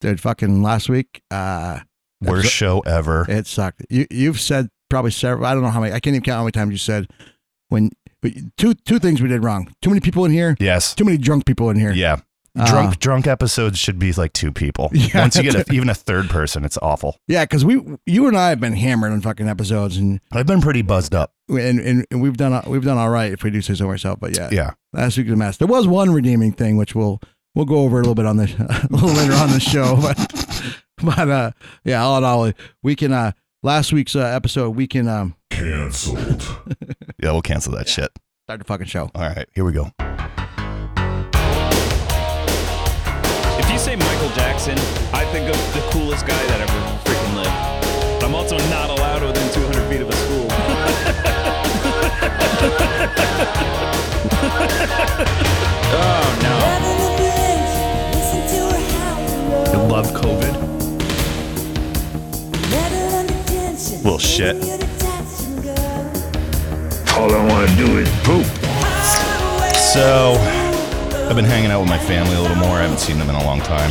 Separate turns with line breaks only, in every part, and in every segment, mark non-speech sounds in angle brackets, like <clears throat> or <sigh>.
Dude, fucking last week, uh,
Worst
Abso-
show ever.
it sucked. You you've said probably several. I don't know how many. I can't even count how many times you said when but two two things we did wrong. Too many people in here.
yes.
Too many drunk people in here.
Yeah.
Uh,
Drunk drunk episodes should be like two people.
Yeah.
Once you get a, even a third person, it's awful.
Yeah, because we you and I have been hammered on fucking episodes and
I've been pretty buzzed up.
and, and we've done we've done all right if we do say so ourselves. But yeah,
Yeah.
last week was a mess. There was one redeeming thing which we'll we'll go over a little bit on this <laughs> a little later on the show. But <laughs> but uh yeah, all in all, we can uh last week's uh, episode we can um
Yeah, we'll cancel that shit.
start the fucking show.
All right, here we go.
If you say Michael Jackson, I think of the coolest guy that ever freaking lived. But I'm also not allowed within 200 feet of a school. oh no.
I love COVID.
Little shit.
All I want to do is poop.
So, I've been hanging out with my family a little more. I haven't seen them in a long time.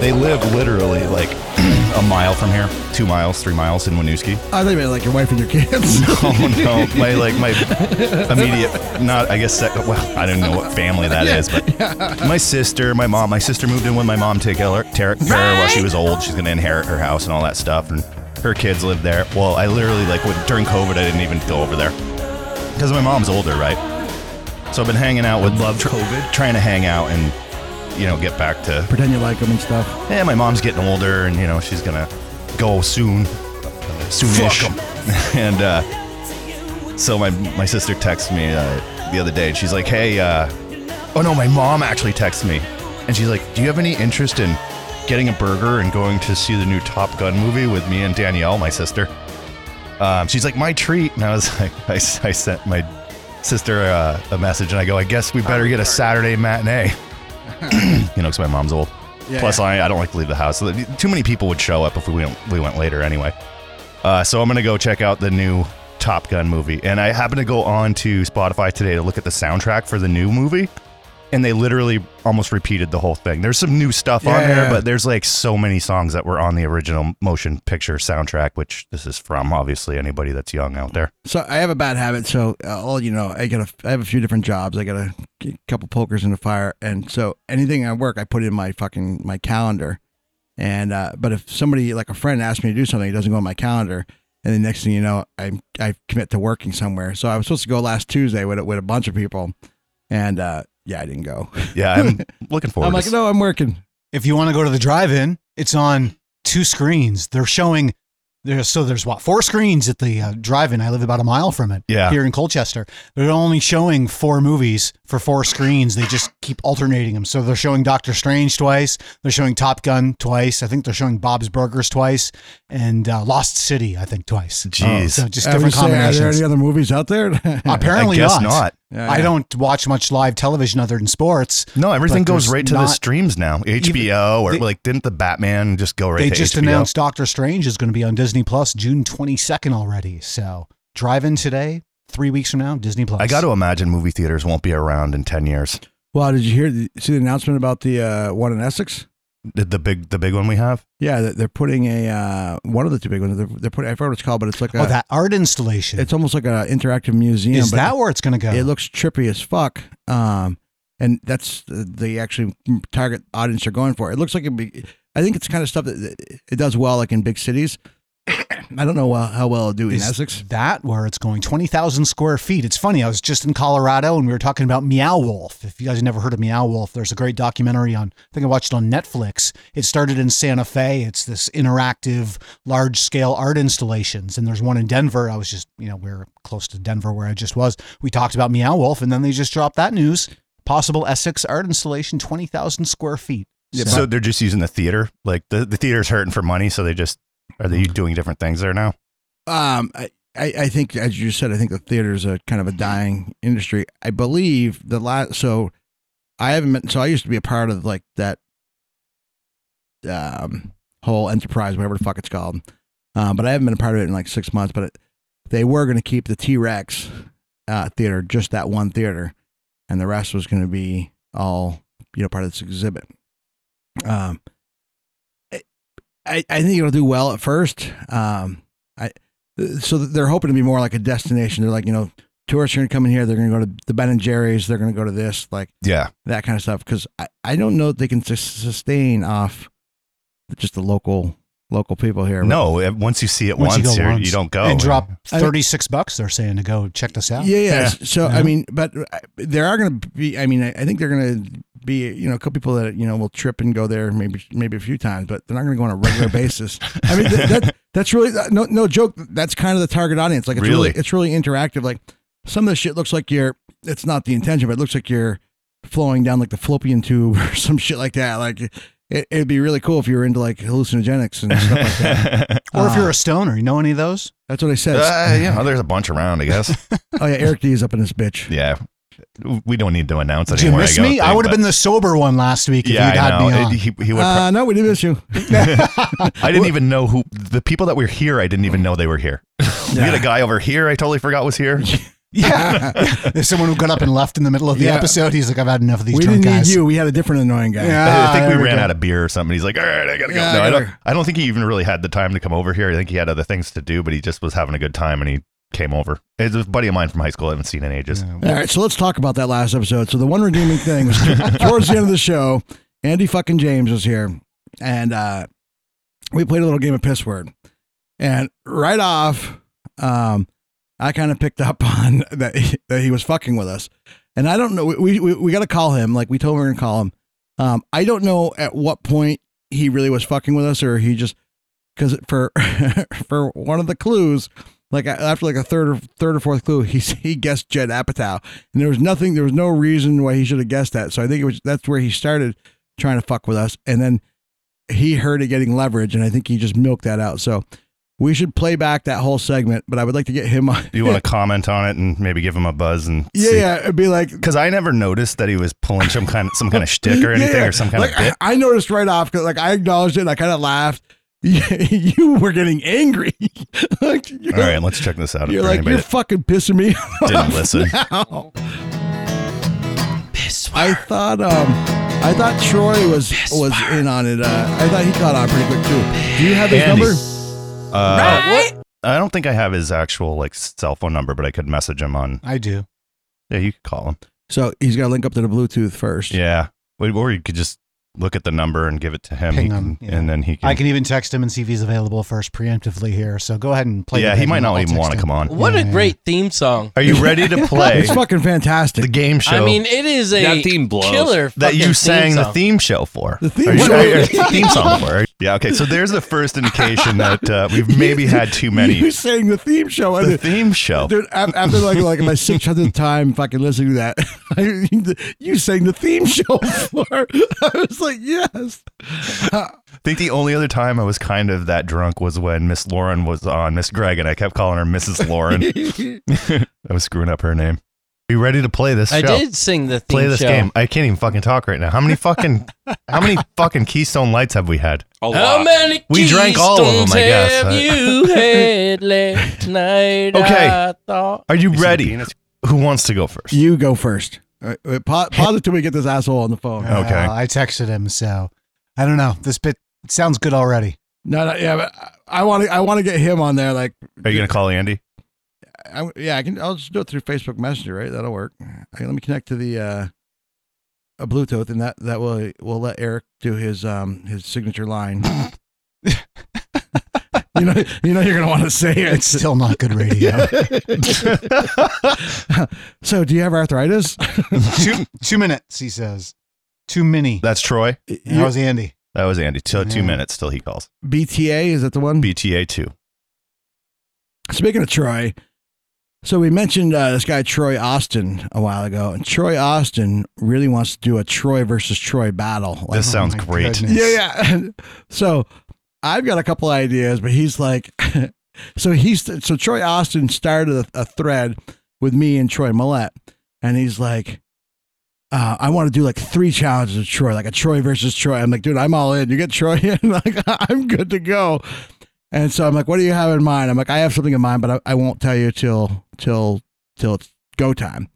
They live literally like <clears throat> a mile from here, two miles, three miles in Winooski.
I think about like your wife and your
<laughs>
kids. <laughs>
<laughs> Oh no, my like my immediate, not I guess second. Well, I don't know what family that is, but my sister, my mom, my sister moved in when my mom took Eller- Tara Tara while she was old. She's gonna inherit her house and all that stuff, and her kids live there. Well, I literally like when, during COVID, I didn't even go over there because my mom's older, right? So I've been hanging out with love COVID, trying to hang out and you know get back to
Pretend you like them and stuff.
yeah, "Eh, my mom's getting older, and you know she's gonna go soon, uh, soonish. <laughs> and uh, so my my sister texts me uh, the other day, and she's like, "Hey, uh, oh no, my mom actually texts me, and she's like, "Do you have any interest in getting a burger and going to see the new Top Gun movie with me and Danielle, my sister?" Um, she's like, "My treat," and I was <laughs> like, I, s- I sent my sister uh, a message, and I go, "I guess we
Oh,
better get a
<laughs>
Saturday matinee." you know, because my mom's old.
Yeah,
Plus, I, I don't like to leave the house. So that- Too many people would show up if we went, we went later anyway. Uh, so I'm gonna go check out the new Top Gun movie, and I happened to go on to Spotify today to look at the soundtrack for the new movie, and they literally almost repeated the whole thing. There's some new stuff on
Yeah.
there, but there's like so many songs that were on the original motion picture soundtrack, which this is from. Obviously, anybody that's young out there.
So I have a bad habit. So uh, all you know, I got a, I have a few different jobs. I got a couple pokers in the fire, and so anything I work, I put in my fucking my calendar. And uh, but if somebody like a friend asks me to do something, it doesn't go on my calendar. And the next thing you know, I I commit to working somewhere. So I was supposed to go last Tuesday with a, with a bunch of people, and uh, yeah, I didn't go.
Yeah,
<laughs>
I'm looking forward.
I'm
to
like,
s-
no, I'm working.
If you want to go to the drive-in, it's on two screens. They're showing there's so there's what four screens at the uh, drive-in. I live about a mile from it.
Yeah.
here in Colchester, they're only showing four movies for four screens. They just keep alternating them. So they're showing Doctor Strange twice. They're showing Top Gun twice. I think they're showing Bob's Burgers twice and uh, Lost City. I think twice.
Jeez.
so just
I was
different
saying, are there
combinations.
any other movies out there?
I
<laughs> Apparently
guess not.
Yeah,
I
yeah.
don't watch much live television other than sports.
No, everything
But
goes
there's
right to the
not-
streams now. HBO or
They-
like didn't the Batman just go right
they
to
just
HBO?
announced Doctor Strange is going to be on Disney Plus June 22nd already. So drive in today, three weeks from now, Disney Plus.
I got to imagine movie theaters won't be around in 10 years.
Well, did you hear the, see the announcement about the uh, one in Essex?
The, the big the big one we have?
Yeah, they're- they're putting a uh, one of the two big ones. They're, they're putting. I forgot what it's called, but it's like a.
Oh, that art installation.
It's almost like an interactive museum.
is
but
that where it's going to go?
It looks trippy as fuck. Um, and that's the, the actually target audience they're going for. It looks like a big. I think it's kind of stuff that that it does well, like in big cities. <coughs> I don't know uh, how well it'll do in
Is
Essex.
that where it's going? 20,000 square feet. It's funny. I was just in Colorado and we were talking about Meow Wolf. If you guys have never heard of Meow Wolf, there's a great documentary on, I think I watched it on Netflix. It started in Santa Fe. It's this interactive, large scale art installations. And there's one in Denver. I was just, you know, we are close to Denver where I just was. We talked about Meow Wolf and then they just dropped that news. Possible Essex art installation, 20,000 square feet.
so they're just using the theater. Like the, the theater's hurting for money, so they just are
Mm.
they doing different things there now?
Um, I, I I think as you said, I think the theater's a kind of a dying industry. I believe the last so I haven't been so I used to be a part of like that um whole enterprise, whatever the fuck it's called. Um, but I haven't been a part of it in like six months. But it, they were going to keep the T Rex uh, theater, just that one theater, and the rest was going to be all you know part of this exhibit. Um, I, I think it'll do well at first. Um, I so they're hoping to be more like a destination. They're like you know tourists are going to come in here. They're going to go to the Ben and Jerry's. They're going to go to this like
Yeah.
that kind of stuff because I, I don't know that they can sus- sustain off just the local local people here.
No, eh, once you see it
Once
once,
you go
you're- you
once
don't go.
and drop
I-
36 bucks, they're saying to go check this out.
Yeah, yeah.
Yeah.
So
Yeah.
I mean, but uh, there are going to be. I mean, I I think they're going to be. You know, a couple people that you know will trip and go there maybe maybe a few times, but they're not going to go on a
<laughs>
regular basis. I mean, th- that, that's really uh, no no joke. That's kind of the target audience. Like it's really?
Really?
it's really interactive. Like some of the shit looks like you're. It's not the intention, but it looks like you're flowing down like the fallopian tube <laughs> or some shit like that. Like it, it'd be really cool if you were into like hallucinogenics and stuff like that.
<laughs>
Or if
Ah.
you're a stoner, you know any of those?
That's what I said.
Uh, yeah, well, there's a bunch around, I guess.
<laughs>
Oh yeah, Eric D is up in this bitch.
yeah. We don't need to announce it
Did you
anymore.
miss
don't
me? I
think,
would have
but-
been the sober one last week if you'd
Yeah,
had
I
me
know.
on.
<laughs> It- he, he would
Uh, no, we didn't miss you.
<laughs> I didn't even know who the people that were here. I didn't even know they were here. we had a guy over here. I totally forgot was here.
<laughs>
yeah. There's someone who got up and left in the middle of the
Yeah.
episode. He's like, I've had enough of these
we
drunk
didn't
guys.
need you. We had a different annoying guy.
Yeah.
I
Ah,
think
there
we
we
ran
go.
out of beer or something. He's like, all right, I gotta go.
Yeah,
no,
I
I don't.
gotta-
I don't think he even really had the time to come over here. I think he had other things to do, but he just was having a good time and he came over. It's a buddy of mine from high school. I haven't seen in ages.
All right, so let's talk about that last episode. So the one redeeming thing was <laughs> towards the end of the show, Andy fucking James was here, and uh, we played a little game of piss word. And right off, um, I kind of picked up <laughs> on that he, that he was fucking with us, and I don't know. We we, we got to call him. Like we told him we are gonna call him. Um, I don't know at what point he really was fucking with us, or he just because for <laughs> for one of the clues, like a- after like a third or third or fourth clue, he <laughs> he guessed Jed Apatow, and there was nothing, there was no reason why he should have guessed that. So I think it was that's where he started trying to fuck with us, and then he heard it getting leverage, and I think he just milked that out. So we should play back that whole segment, but I would like to get him on. <laughs>
You
<laughs>
want to comment on it and maybe give him a buzz and
Yeah, yeah, it'd be like
Because I never noticed that he was pulling some kind of some kind of shtick or
Yeah,
anything
yeah.
or some kind
like, <laughs>
of bit.
I I noticed right off because like I acknowledged it, and I kind of laughed. <laughs> you were getting angry. <laughs> like, you
All right, let's check this out.
You're
for
like,
anybody
you're fucking pissing me
that <laughs> didn't listen.
now. I thought um I thought Troy was was in on it. Uh, I thought he caught on pretty quick too. Do you have his
Andy.
number?
Uh, I don't think I have his actual like cell phone number, but I could message him on.
I do.
Yeah, you could call him.
So he's got to link up to the Bluetooth first.
Yeah, Wait, or you could just look at the number and give it to him,
Ping
He
him,
can-
yeah.
and then he can.
I can even text him and see if he's available first preemptively here. So go ahead and play.
yeah,
the
he
thing.
might not
I'll
even
text
want to
him.
come on.
What
Yeah,
a
yeah.
great theme song.
Are you ready
<laughs>
to play
It's fucking fantastic.
the game show
I mean, it is a
That theme blows.
killer
that
fucking
you sang the
song.
theme show for?
The theme
Are you-
show.
are you- theme song for. Yeah. Okay. So there's the first indication that uh, we've maybe had
<laughs>
too
You
many.
sang the theme show. I
The
did-
theme show.
Dude, af- after like like my six hundredth time fucking listening to that, <laughs> I, you sang the theme show <laughs> for. I was like, yes.
I think the only other time I was kind of that drunk was when Miss Lauren was on Miss Greg, and I kept calling her Mrs. Lauren. <laughs> I was screwing up her name. Are you ready to play this
I
show?
did sing the theme
Play this
show.
game. I can't even fucking talk right now. How many fucking how many fucking Keystone Lights have we had?
A
How
lot.
many
We drank all of 'em, I
Keystones
guess. <laughs>
Have
I-
you had last night?
Okay.
I thought.
Are you ready? Who wants to go first?
You go first. All right, wait, pa- pause it till we get this asshole on the phone.
Yeah. Okay.
Uh, I texted him, so I don't know. This bit it sounds good
<laughs>
already.
No, no, yeah, but I want to. I want to get him on there. Like,
Are you gonna call Andy?
I, yeah, I can. I'll just do it through Facebook Messenger, right? That'll work. Okay, let me connect to the uh, a Bluetooth, and that that will will let Eric do his um his signature line. <laughs> you know, you know, you're gonna want to say it.
It's still not good radio. <laughs>
so, do you have <laughs> arthritis?
two two minutes, he says. Too many.
That's Troy.
That was Andy.
That was Andy. Till two
Yeah.
minutes till he calls.
BTA is that the one?
BTA two.
Speaking of Troy, so we mentioned uh, this guy Troy Austin a while ago, and Troy Austin really wants to do a Troy versus Troy battle. Like,
<laughs>
This sounds
Oh my
great.
goodness.
yeah, <laughs> yeah. so I've got a couple ideas, but he's like, <laughs> so he's so Troy Austin started a, a thread with me and Troy Millette, and he's like. Uh, I want to do like three challenges with Troy, like a Troy versus Troy. I'm like, dude, I'm all in. You get Troy <laughs> in, like I'm good to go. And so I'm like, what do you have in mind? I'm like, I have something in mind, but I, I won't tell you till till till it's go time.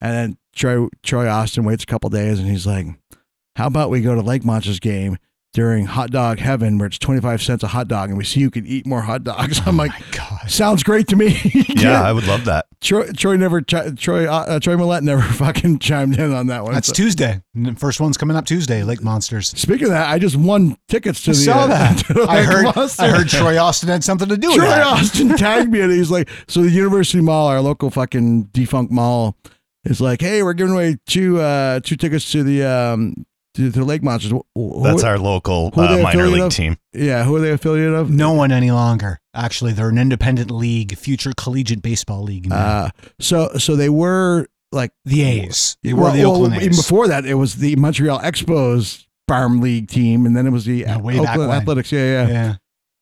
And then Troy Troy Austin waits a couple days, and he's like, How about we go to Lake Monsters game during hot dog heaven where it's 25 cents a hot dog and we see who can eat more hot dogs? <laughs> I'm like,
Oh God.
sounds great to me. <laughs>
Yeah, I would love that.
Troy, Troy never, chi- Troy, uh, uh, Troy Millette never <laughs> fucking chimed in on that one.
That's
So-
Tuesday. And the First one's coming up Tuesday, Lake Monsters.
Speaking of that, I just won tickets to
I
the.
saw
uh, <laughs>
that.
to the
I
Lake
heard
Monsters.
I heard Troy Austin had something to do with
Troy
that. <laughs>
Austin tagged me and he's like, so the University Mall, our local fucking defunct mall, is like, hey, we're giving away two uh, two tickets to the um to, to the Lake Monsters. Wh- wh-
That's
who-
our local
who are
uh,
they
minor
affiliated
league
of?
team.
yeah. Who are they affiliated of?
No one any longer. Actually, they're an independent league, future collegiate baseball league. now.
Uh, so so they were like
the A's. They were
well,
the
well,
Oakland
even
A's.
before that, it was the Montreal Expos farm league team, and then it was the
Yeah, way back
Oakland
when.
Athletics. Yeah, yeah.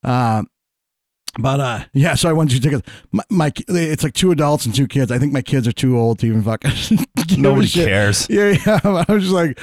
yeah.
Um, but uh, yeah, so I won two tickets. My, my ki- it's like two adults and two kids. I think my kids are too old to even fucking. <laughs> give a
Nobody
shit.
cares.
Yeah, <laughs> yeah. I was just like,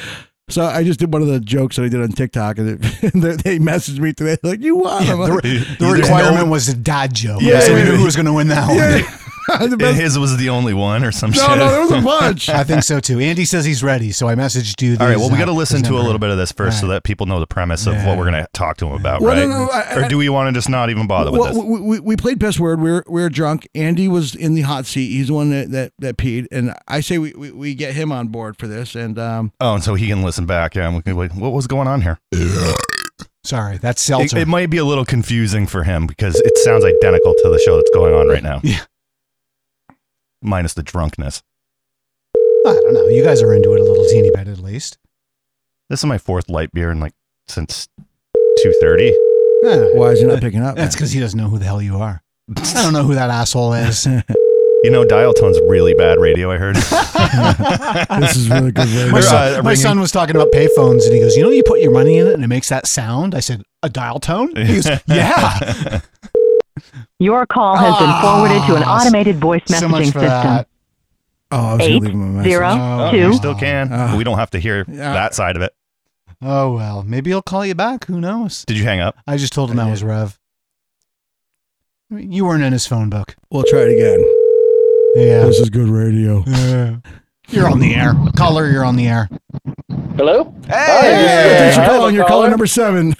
so I just did one of the jokes that I did on TikTok, and, it, <laughs> and they they messaged me today like, "You won." I'm
The,
like,
re- the
Either
requirement
no-
was a dad joke.
Yeah,
so we
yeah,
knew
yeah.
who was going to win that one. <laughs>
yeah, <laughs> the
And
best.
his was the only one or some
No,
shit.
no, there was a bunch.
I think so too. Andy says he's ready, so I messaged you.
All right,
these,
well, we
uh,
got to listen to
his
a
number.
little bit of this first so
All
that people know the premise of
Yeah.
what we're going to talk to them about,
Well,
right?
no, no, I-
or do we want to just not even bother with
Well,
this?
we, we, we played best word. We were, we were drunk. Andy was in the hot seat. He's the one that, that, that peed. And I say we, we, we get him on board for this. And um,
Oh, and so he can listen back. Yeah, and we can wait, what was going on here?
Sorry, that's
It,
seltzer.
it might be a little confusing for him because it sounds identical to the show that's going on right now.
Yeah.
Minus the drunkenness.
I don't know. You guys are into it a little teeny bit, at least.
This is my fourth light beer in like since 2.30.
Yeah.
why is he not picking up?
That's
man?
because he doesn't know who the hell you <laughs> are. I don't know who that asshole is.
You know, dial tone's really bad radio, I heard.
<laughs> <laughs> this is really good. radio.
<laughs> My,
They're,
son,
uh,
my
ringing-
son was talking about payphones, and he goes, "You know, you put your money in it, and it makes that sound." I said, "A dial tone?"
<laughs>
He goes, "Yeah."
Your call has been forwarded to an
Ah,
automated voice
so much
messaging
for
system.
that.
oh, I was going
Eight,
to leave him a message.
Zero,
Oh,
two.
you still can.
Uh,
we don't have to hear
yeah.
that side of it.
Oh well, maybe he'll call you back. Who knows?
Did you hang up?
I just told him that was Rev. I mean, You weren't in his phone book.
We'll try it again.
Yeah.
This is good radio.
Yeah. You're on the air. Caller, you're on the air.
Hello?
Thanks for
hello,
calling. You're
caller.
calling number seven.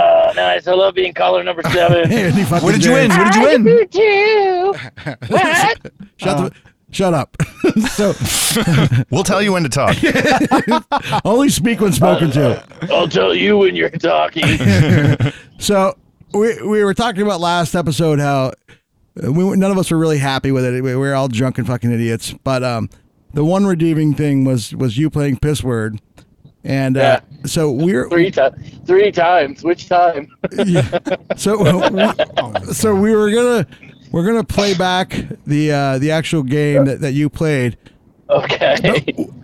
<laughs>
Ah, <laughs> nice. I love being caller number seven.
Hey, Andy fucking
What did you win?
James.
What did you win? Uh.
Shut, the, shut up. <laughs> so
We'll tell you when
<laughs>
to talk.
only speak when spoken to.
I'll tell you when you're talking.
<laughs>
So we we were talking about last episode how uh, we were- none of us were really happy with it. We we were all drunk and fucking idiots. But um, the one redeeming thing was was you playing piss word, and uh, so we're
three times. Three times. Which time?
yeah. so we- <laughs> so we were gonna we're gonna play back the uh, the actual game that, that you played.
Okay.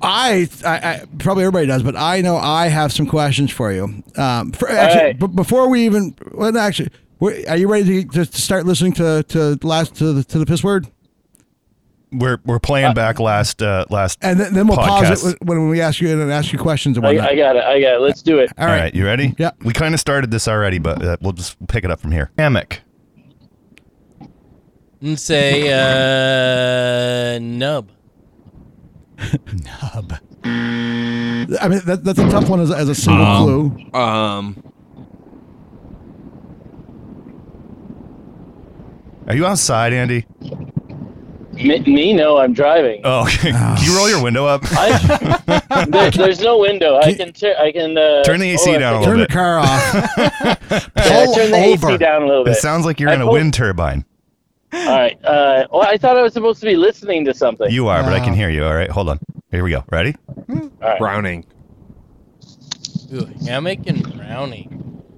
I, I, I probably everybody does, but I know I have some questions for you. Um, for, actually,
right.
b- before we even, well, no, actually, we- are you ready to, to start listening to to last to the, to the piss word,
We're we're playing back last uh, last.
and then, then we'll
Podcast.
pause it when when we ask you and ask you questions and
I,
whatnot.
I got it. I got it. Let's do it.
All
All
right.
right. you ready?
Yeah.
We kind of started this already, but uh, we'll just pick it up from here. Hammock.
And say, uh, nub.
Hub.
I mean, that, that's a tough one as, as a single clue.
Um,
Are you outside, Andy?
Me, me no, I'm driving.
Oh,
<laughs>
okay. Can you roll your window up?
I, there, there's no window. I can. Tur- I can. Uh,
Turn the AC
I
down a
can-
Turn the
bit.
car off.
Yeah,
Pull
turn the
over.
AC down a little
It
bit.
sounds like you're
I
in a
pulled-
wind turbine.
All right. Uh, well, I thought I was supposed to be listening to something.
You are, but I
uh,
can
Wow.
hear you. All right, hold on. Here we go. Ready?
Browning.
Ooh, hammock and brownie.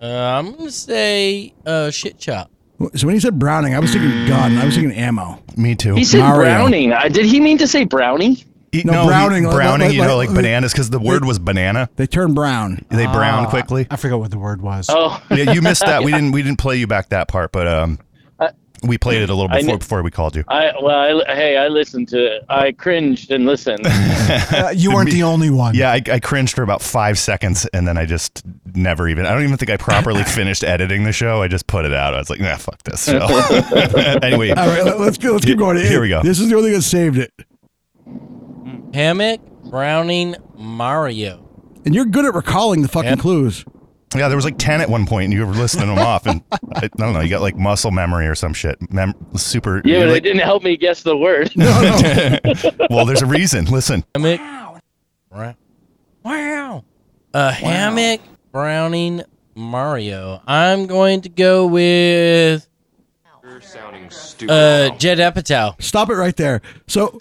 Uh, I'm going to say, uh, shit chop.
so when you said Browning, I was thinking gun. I was thinking ammo.
Me too.
he said
Mario.
Browning. I, did he mean to say Brownie?
He-
No,
he-
browning, like-
browning.
like-
you know,
like-
like bananas, because the word was banana.
They turn brown.
They brown
Ah,
quickly.
I forgot what the word was.
Oh,
Yeah, you missed that. We didn't. We didn't play you back that part, but um,
I-
we played it a little
Uh, I
before
kn- Uh,
before we called you.
I well, I, hey, I listened to. I cringed
<laughs>
and listened.
<laughs> Uh, you weren't the only one.
Yeah, I, I cringed for about five seconds, and then I just never even. I don't even think I
<laughs>
properly finished editing the show. I just put it out. I was like, nah, fuck this. So.
<laughs>
<laughs> anyway,
All right, let, us go. Let's keep going.
Here we go.
This is the only thing that saved it.
Hammock, browning, Mario.
And you're good at recalling the fucking clues.
<laughs> Yeah, there was like ten at one point, and you were listing them off, and I, I don't know, you got like muscle memory or some shit. Mem- super.
Yeah,
you're
but it
like-
didn't help me guess the word.
<laughs> well, there's a reason. Listen,
Hammock. Right. Wow. A hammock Browning Mario. I'm going to go with uh, Jed Apatow.
Stop it right there.
<laughs>
So,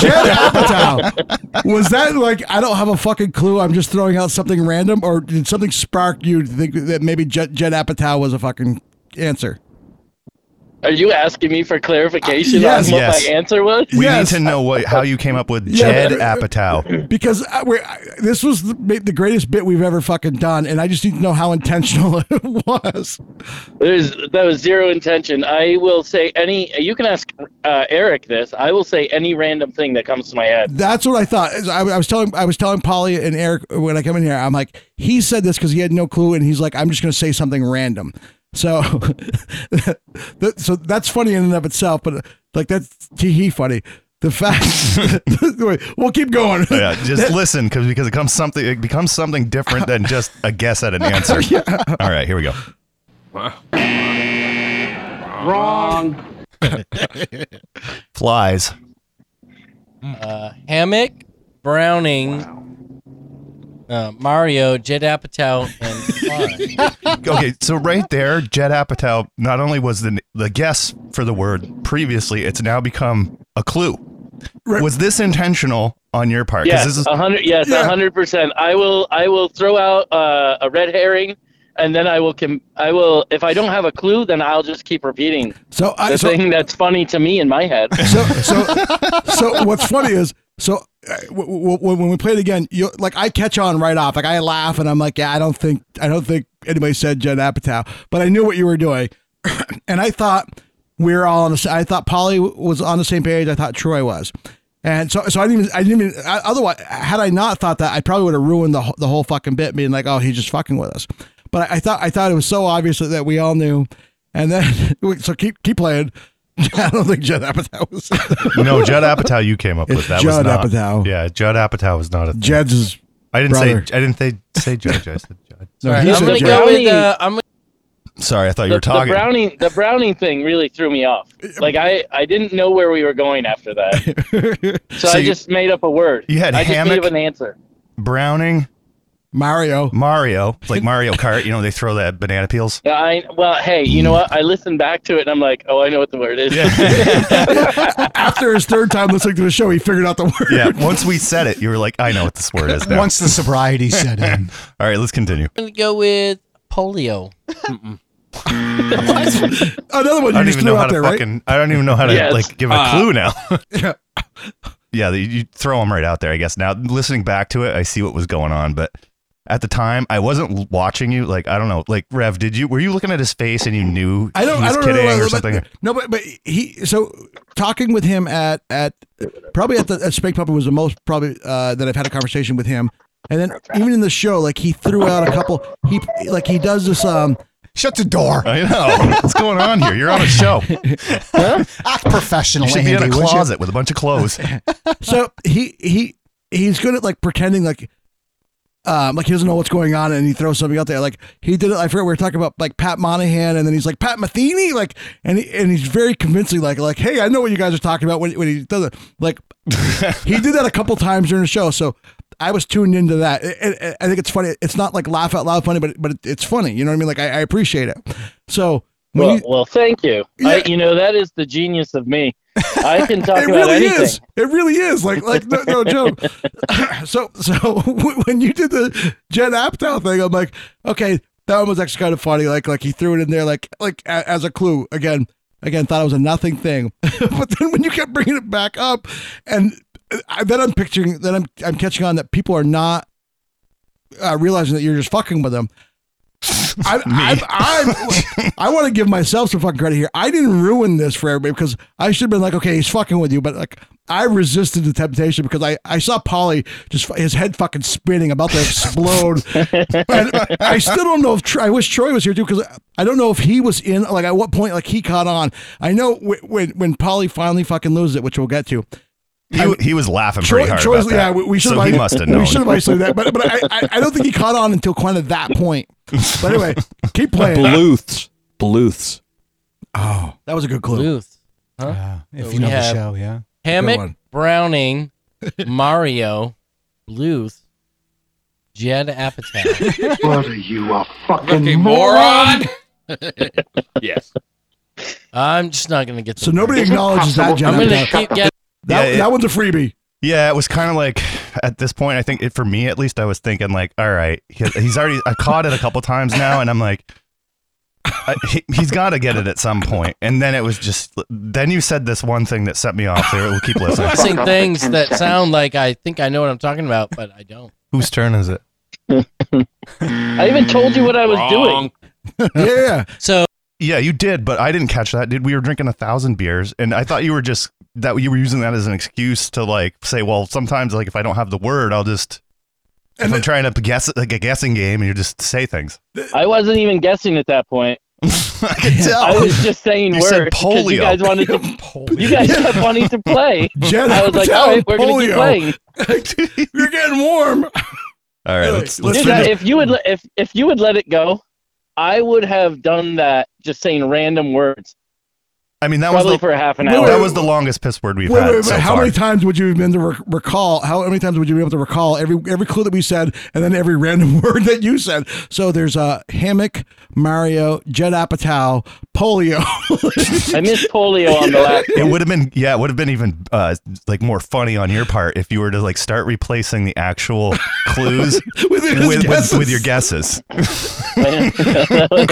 Jed Apatow, was that like I don't have a fucking clue? I'm just throwing out something random, or did something spark you to think that maybe Jed, Jed Apatow was a fucking answer?
Are you asking me for clarification
Yes.
on what
Yes.
my answer was?
we
Yes.
need to know what how you came up with
Yeah,
Jed
but-
Apatow.
Because I, we're, I, this was the, ma- the greatest bit we've ever fucking done, and I just need to know how intentional <laughs> it was.
There's that was zero intention. I will say any. You can ask uh, Eric this. I will say any random thing that comes to my head.
That's what I thought. As I, I was telling I was telling Polly and Eric when I come in here. I'm like, he said this because he had no clue, and he's like, I'm just going to say something random. So, <laughs> that, so that's funny in and of itself, but uh, like that's tee hee funny. The fact, <laughs> Wait, we'll keep going.
Oh, Yeah, just listen, because because it comes something it becomes something different than just a guess at
<laughs>
an answer. All right, here we go.
Wrong.
<laughs> Flies.
Uh, hammock Browning. Uh, Mario, Jed Apatow, and Fly.
Okay, so right there, Jed Apatow. Not only was the the guess for the word previously, it's now become a clue.
Right.
Was this intentional on your part? 'Cause this
Yes,
is
a hundred. Yes,
Yeah.
a hundred percent. I will. I will throw out uh, a red herring, and then I will. Com- I will. If I don't have a clue, then I'll just keep repeating
So, I,
the
so,
thing that's funny to me in my head.
so, so, so what's funny is so uh, w- w- w- when we play it again, you like I catch on right off. Like I laugh and I'm like, yeah, I don't think I don't think anybody said Jed Apatow, but I knew what you were doing, <clears throat> and I thought we were all on the. s- I thought Polly w- was on the same page. I thought Troy was. And so, so I didn't even, I didn't even, I, otherwise, had I not thought that, I probably would have ruined the, wh- the whole fucking bit being like, oh, he's just fucking with us. But I, I thought, I thought it was so obvious that we all knew. And then, <laughs> so keep, keep playing. <laughs> I don't think Jed Apatow was. <laughs>
no Judd Apatow. You came up
It's
with that.
Judd
was not,
Apatow.
Yeah, Judd Apatow was not a. Thing.
Jed's is
I didn't
brother.
say. I didn't say, say Judge. I said Judd.
<laughs> no,
Alright,
he
I'm
said
gonna
Jed.
go with
Browning.
uh, I'm
Sorry, I thought you
the,
were talking.
the browning. The browning thing really threw me off. Like I, I didn't know where we were going after that. So, I
you-
just made up a word.
you had
I just
hammock?
made up an answer.
Browning
Mario.
Mario, It's like Mario Kart. You know they throw that banana peels.
Yeah, I well, hey, you know what? I listened back to it and I'm like, oh, I know what the word is. <laughs>
After his third time listening to the show, he figured out the word.
<laughs> Yeah. Once we said it, you were like, I know what this word is now.
Once the sobriety
<laughs>
set in.
All right, let's continue.
gonna go with polio.
Another one
I
you
don't
just
even
threw
know how
out
to
there, right? Ah.
fucking. I don't even know how to
Yes.
like give a
Uh,
<laughs>
clue now. <laughs> yeah, you- you throw them right out there. I guess now listening back to it, I see what was going on, but. At the time, I wasn't l- watching you. Like I don't know. Like Rev, did you? Were you looking at his face and you knew
I don't.
he
I
was
don't
kidding
know.
or
but-
something?
No, but but he. So talking with him at at probably at the at Spake Puppet was the most probably uh, that I've had a conversation with him. And then even in the show, like he threw out a couple. He like he does this. Um,
Shut the door.
I know. What's going on here? You're on
<laughs>
a show.
Act professional,
You should
Andy.
be in a
would you?
closet with a bunch
<laughs>
of clothes.
so he he he's good at like pretending like um like he doesn't know what's going on and he throws something out there like he did it i forget we were talking about like pat monahan and then he's like pat matheny like and he, and he's very convincing like like hey i know what you guys are talking about when, when he does it like he did that a couple times during the show so i was tuned into that and, and i think it's funny it's not like laugh out loud funny but but it, it's funny you know what i mean like i, I appreciate it so when
well,
you-
well, thank you.
Yeah.
I, you know that is the genius of me. I can talk
it
about
really
anything.
is. It really is. Like like no, no
<laughs>
joke. <clears throat> so so <laughs> when you did the Jed Apatow thing, I'm like, okay, that one was actually kind of funny. Like like he threw it in there like like a, as a clue again. Again, thought it was a nothing thing, <laughs> but then when you kept bringing it back up, and uh, I, then I'm picturing, then I'm I'm catching on that people are not uh, realizing that you're just fucking with them.
<laughs>
I, I'm, I'm, I want to give myself some fucking credit here. I didn't ruin this for everybody because I should have been like, okay, he's fucking with you, but like I resisted the temptation because I, I saw Polly just his head fucking spinning, about to
<laughs>
explode. and I still don't know if Troy, I wish Troy was here too because I don't know if he was in like at what point like he caught on. I know wh- when when Polly finally fucking loses it, which we'll get to
He,
I-
he was laughing
Troy-
pretty hard.
Troy's-
about that.
yeah, we, we should
so he must have known.
<laughs> We should
<laughs>
have isolated that, but but I, I, I don't think he caught on until kind of that point. But
<laughs>
anyway, keep playing.
Bluths. Bluths.
Oh, that was a good clue.
Bluth. Huh?
if you
So we
know the
have
show, yeah.
Good
Hammock,
one. <laughs>
Browning, Mario, Bluth, Jed Apatow.
<laughs> What are you, a
Fucking
fucking moron?
<laughs>
yes. I'm just not going to get the
So nobody
word.
acknowledges that, John.
I'm going to
That,
keep getting.
that,
Yeah, it-
that one's a
<laughs>
freebie.
Yeah, it was kind of like at this point, I think it, for me at least, I was thinking like, all right, he- he's already I caught it a couple times now, and I'm like, I, he, he's got to get it at some point. And then it was just then you said this one thing that set me off. There, we'll keep listening.
Pressing things that sound like I think I know what I'm talking about, but I don't.
Whose turn is it?
I even told you what I was doing.
Yeah,
So
Yeah, you did, but I didn't catch that, dude. We were drinking a thousand beers, and I thought you were just that you were using that as an excuse to like say, well, sometimes like if I don't have the word, I'll just. if I'm trying to guess like a guessing game, and you just say things. <laughs>
I wasn't even guessing at that point.
I could tell.
I was just saying
Oh, You
words
said
'cause
polio.
you guys
<laughs>
wanted to. You guys kept wanting to play.
Jed
I was like, all right, we're gonna keep
polio.
playing.
<laughs> You're getting warm.
All right, let's let's
Dude,
finish.
if you would, le- if if you would let it go, I would have done that just saying random words,
I mean, that was
probably
the,
for half an
Wait,
hour.
wait,
that was the longest piss word we've
Wait,
had
wait, wait,
so
how
far.
many times would you have been to rec- recall? How many times would you be able to recall every every clue that we said, and then every random <laughs> word that you said? So there's uh, hammock, Mario, Jed Apatow, polio. <laughs>
I missed polio on the
<laughs>
last.
it would have been yeah, it would have been even uh, like more funny on your part if you were to like start replacing
<laughs>
the actual clues
With his
with, with,
guesses.
with
<laughs>
your guesses.
<laughs> one.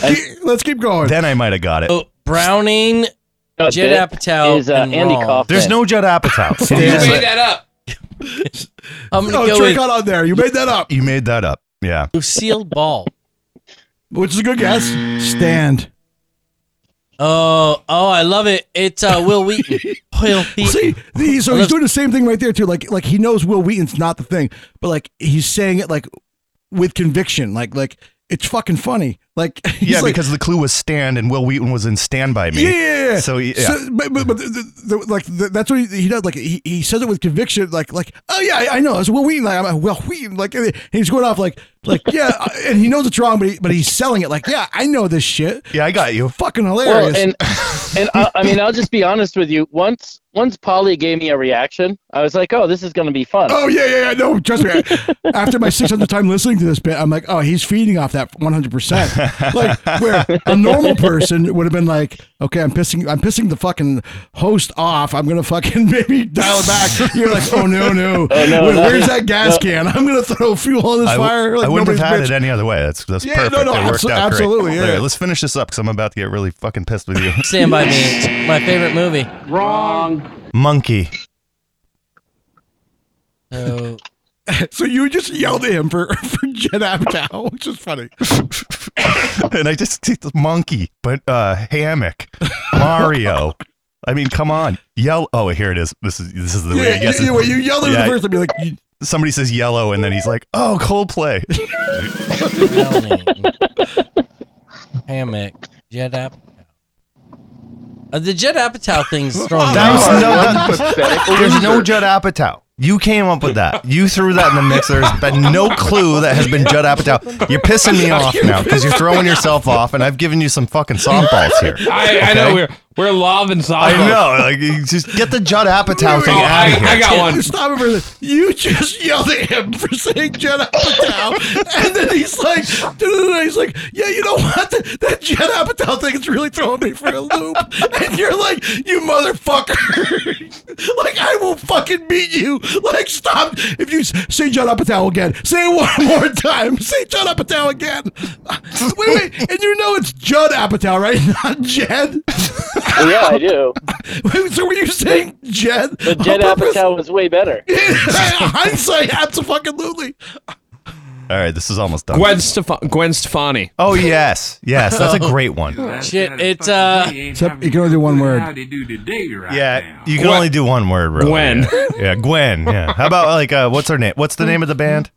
Keep- Let's keep going.
Then I might have got
Oh,
it.
So Browning,
No,
Jed
that
Apatow,
is, uh,
and
Andy
Ron.
Kaufman.
There's no Judd
<laughs>
Apatow.
You
It is-
made
that up.
I'm going to
oh,
go
Trey
with
got on there. You made that up,
you made that up. Yeah.
Lucille Ball.
which is a good guess. Stand.
Oh, oh, I love it. It's uh,
<laughs>
Will Wheaton. Will Wheaton.
See, the, so
Well,
he's
that's-
doing the same thing right there too. Like, like he knows Will Wheaton's not the thing, but like he's saying it like with conviction. Like, like it's fucking funny. Like, <laughs> he's
Yeah,
like,
because the clue was stand and Will Wheaton was in stand by me.
Yeah, yeah, yeah.
So yeah.
but but, but the, the, the- like the, that's what he, he does. Like he, he says it with conviction. Like like oh yeah, I, I know. It's Will Wheaton. Like I'm a Will Wheaton. Like and he's going off like like yeah, <laughs> and he knows it's wrong, but he, but he's selling it. Like yeah, I know this shit.
yeah, I got you.
Fucking hilarious.
Well,
<laughs>
and and I, I mean, I'll just be honest with you. Once once Polly gave me a reaction, I was like, oh, this is gonna
<laughs>
be fun.
oh yeah, yeah, yeah. No, trust me. After my 600th time listening to this bit, I'm like, oh, he's feeding off that 100. percent Like where a normal person would have been like, okay, I'm pissing, I'm pissing the fucking host off. I'm gonna fucking <laughs> maybe dial it back. You're like, oh no, no,
Oh, no,
Where-
no,
where's
no.
that gas
No.
can? I'm gonna throw fuel on this
I, w-
fire. Like
I wouldn't have
nobody's
had
bitch.
it any other way. That's that's
Yeah, no,
perfect.
no,
it worked
abso-
out great.
absolutely, yeah.
All right, let's finish this up because I'm about to get really fucking pissed with
<laughs>
you.
Stand by me. It's my favorite movie.
Wrong.
Monkey. <laughs>
So <laughs>
So you just yelled at him for <laughs> for Jed Apatow, which is funny.
and I just take the monkey, but uh
<laughs>
hammock, Mario. I mean, come on, yell! Oh, here it is. This is this is the way
Yeah,
I guess.
you, you, you yelled at him
Yeah,
the first time. You're like, you-
Somebody says yellow, and then he's like, "Oh,
<laughs>
Coldplay."
Browning, Hammock, Jed Apatow. Uh, the Jed Apatow
<laughs>
thing's thrown.
That was-
me.
that was- There's no Judd Apatow. You came up with that. You threw that in the mix. There's been no clue that has been Judd Apatow. You're pissing me off now because you're throwing yourself off, and I've given you some fucking softballs here.
I, I know we're we're love and soft.
I know. Like, you just get the Judd Apatow thing
Oh, I-
out of here.
I got one.
Stop it for this. You just yelled at him for saying Jed Apatow, and then he's like, "Da-da-da-da." he's like, yeah, you know what? That, that Jed Apatow thing is really throwing me for a loop. And you're like, you motherfucker! <laughs> like I will fucking beat you. Like stop. If you s- say Jed Apatow again, say it one more time. <laughs> Say Jed Apatow again. <laughs> Wait, wait, and you know it's Judd Apatow, right? <laughs> Not Jed. <laughs>
yeah, I do.
Wait, so were you saying Jed?
But Jed
on purpose?
Apatow was way better.
<laughs> hindsight, absolutely.
All right, this is almost done.
Gwen, Stefani. Gwen Stefani.
Oh yes,
<laughs>
yes, that's a great one.
Shit, it's, uh,
Except you can only do one word.
How they do today, right?
Yeah,
now.
you can
Gwen-
only do one word, really.
Gwen.
Yeah, Yeah, Gwen. Yeah. How about like uh, what's her name? What's the name of the band?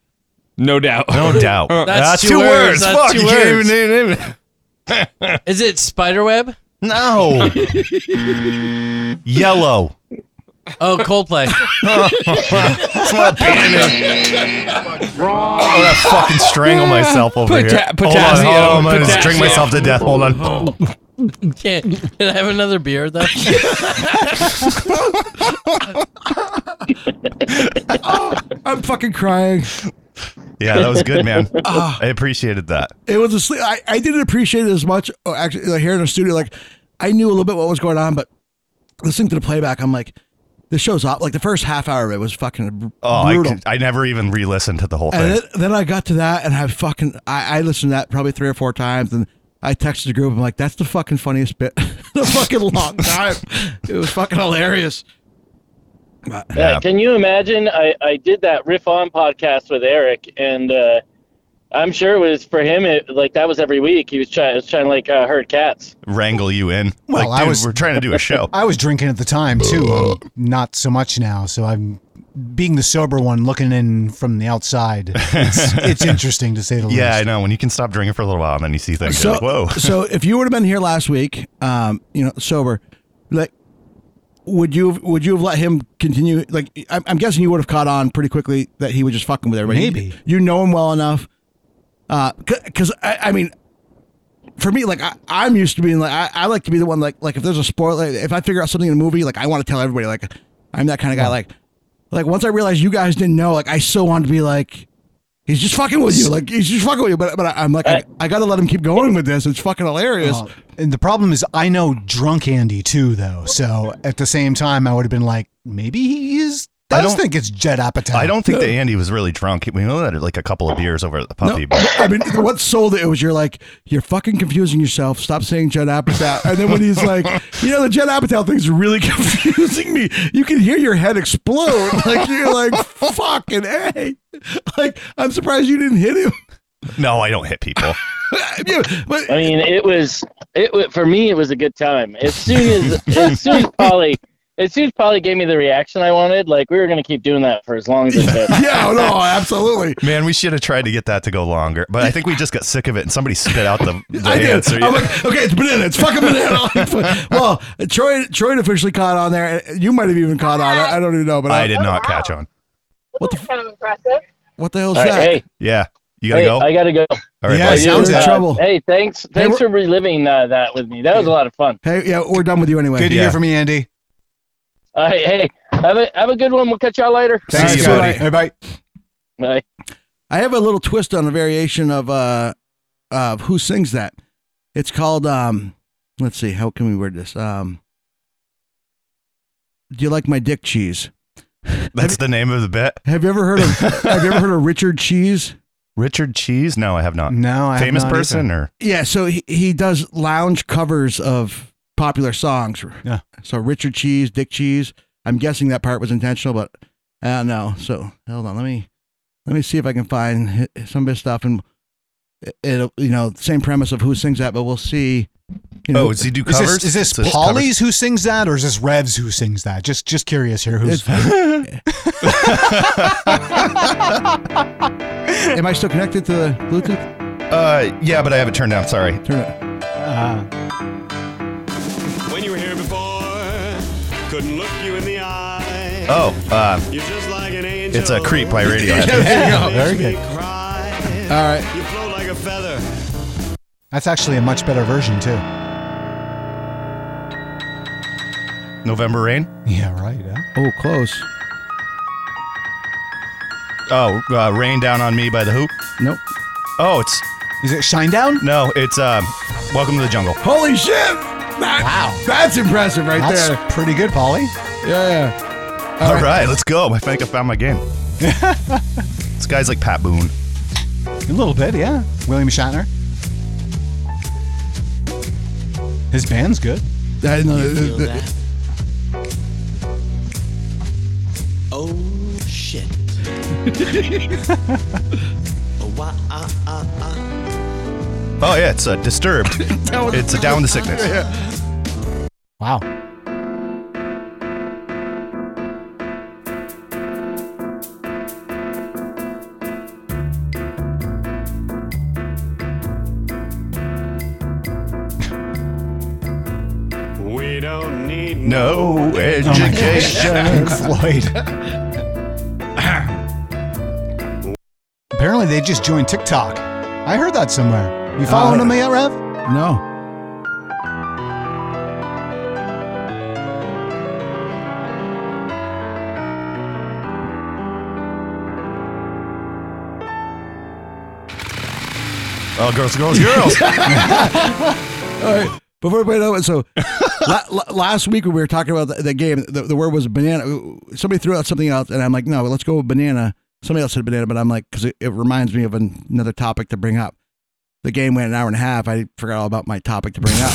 No doubt. <laughs>
No doubt.
That's
two words, that's
Fuck,
two
you can't
words.
even name it.
Is it Spiderweb?
No. Yellow.
Oh, Coldplay.
I'm gonna fucking strangle myself over
Pota-
here. Hold on,
potassium,
hold on, I'm gonna just
potassium.
drink myself to death. Hold on.
Can, can I have another beer though?
I'm fucking crying.
Yeah, that was good, man.
Ah.
I appreciated that.
It was a sleep. I, I didn't appreciate it as much. oh, Actually, like here in the studio, like I knew a little bit what was going on, but listening to the playback, I'm like, this show's up. Like the first half hour of it was fucking br-
Oh, I,
brutal.
could- I never even re-listened to the whole
and
thing.
then, then I got to that, and I fucking I, I listened to that probably three or four times, and I texted the group. I'm like, that's the fucking funniest bit. <laughs> the fucking
<laughs>
long time. It was fucking hilarious. But-
Yeah. Can you imagine? I, I did that riff on podcast with Eric, and uh, I'm sure it was for him. It like that was every week. He was trying, was trying to, like uh, herd cats.
Wrangle you in.
Well,
like,
I
dude,
was-
we're trying to do a show.
I was drinking at the time too.
Uh.
Um, not so much now. So I'm being the sober one, looking in from the outside.
<laughs>
It's, it's interesting to say the least.
yeah, I know. When you can stop drinking for a little while and then you see things,
so,
you're
<laughs>
like, whoa.
so if you would have been here last week, um, you know, sober, like, would you have, would you have let him continue? Like, I'm, I'm guessing you would have caught on pretty quickly that he was just fucking with everybody.
Maybe.
you, know him well enough, because I, I mean, for me, like I, I'm used to being like I, I like to be the one like like if there's a spoiler, if I figure out something in a movie, like I want to tell everybody. Like I'm that kind of guy. Like like once I realized you guys didn't know, like I still wanted to be like. He's just fucking with you, like he's just fucking with you. But but I, I'm like, I, I gotta let him keep going with this. It's fucking hilarious.
Uh, and the problem is, I know drunk Andy too, though. So at the same time, I would have been like, maybe he is.
I
I don't
don't-
think it's Jed Apatow.
I don't think that Andy was really drunk. We know that like a couple of beers over at the puppy, but
I mean, what sold it, it was you're like, you're fucking confusing yourself. Stop saying Judd Apatow. And then when he's like, you know, the Judd Apatow thing's really <laughs> confusing me. You can hear your head explode. <laughs> Like you're like, fucking a. Like I'm surprised you didn't hit him. <laughs>
no, I don't hit people.
Yeah, but
I mean, it was it wa- for me. It was a good time. As soon as as soon as Polly as soon as Polly gave me the reaction I wanted, like we were gonna keep doing that for as long as
<laughs>
it took.
yeah, no, absolutely.
Man, we should have tried to get that to go longer, but I think we just got sick of it and somebody spit out the, the
I did.
answer.
I'm like, okay, it's banana. It's fucking banana. <laughs> well, Troy, Troy officially caught on there. You might have even caught on. I, I don't even know, but I,
I did not catch on.
What the,
kind of impressive.
what the hell's
All right,
that?
hey,
Yeah, you gotta
hey,
go.
I gotta go.
All right,
Yeah,
bye.
it sounds
Dude,
in trouble.
Hey, thanks thanks for reliving uh, that with me. That was a lot of fun.
Hey, yeah, we're done with you anyway.
Good to hear from you, Andy.
All right, hey, have a have a good one. We'll catch y'all later.
See you, buddy.
Bye bye.
Bye.
I have a little twist on a variation of uh of who sings that. It's called um let's see, how can we word this? Um Do you like my dick cheese?
That's the name of the bit.
Have you ever heard of have you ever heard of Richard Cheese?
Richard Cheese? No, I have not.
No, I have
Uh, famous
not
person
either.
or
Yeah, so he, he does lounge covers of popular songs.
Yeah.
So Richard Cheese, Dick Cheese. I'm guessing that part was intentional, but I don't know. So hold on, let me let me see if I can find hi- some of his stuff and it- it'll you know same premise of who sings that, but we'll see. You know,
oh, does he do
Is
covers?
this, is this
Does he
Polly's who sings that, or is this Revs who sings that? Just just curious here.
<laughs>
Who's
am I still connected to the Bluetooth?
covers? Uh, yeah, but I have it turned down. Sorry.
Turn it.
uh,
<laughs> When you were here before, couldn't look you in the eye.
Oh, uh,
You're just like an angel.
it's a
<laughs>
creep by Radiohead.
Yeah,
Very
makes me
good.
cry.
All right.
You float like a feather.
<laughs> that's actually a much better version too.
November rain.
Yeah, right. huh?
Oh, close.
Oh, uh, rain down on me by the hoop.
Nope.
Oh, it's
Is it Shinedown?
no, it's um, Welcome to the Jungle.
Holy shit! That,
Wow.
that's impressive right
That's
there.
pretty good, Polly.
Yeah, yeah.
All right, let's go. I think I found my game. this guy's like Pat Boone.
A little bit, yeah. William Shatner. His band's good.
I didn't know
Feel
that-
that? Oh shit.
Oh yeah, it's uh, Disturbed. it's uh, Down with the Sickness.
Wow.
We don't need
Oh
no
Pink <laughs>
education.
Floyd. Apparently, they just joined TikTok. I heard that somewhere. You following
Uh,
them yet, Rev?
No.
Oh, girls, girls, girls. <laughs>
All right. Before we know it,
<laughs>
so la, la, last week when we were talking about the, the game, the, the word was banana. Somebody threw out something else, and I'm like, no, let's go with banana. Somebody else said banana, but I'm like, because it, it reminds me of an, another topic to bring up. The game went an hour and a half. I forgot all about my topic to bring
<laughs>
up.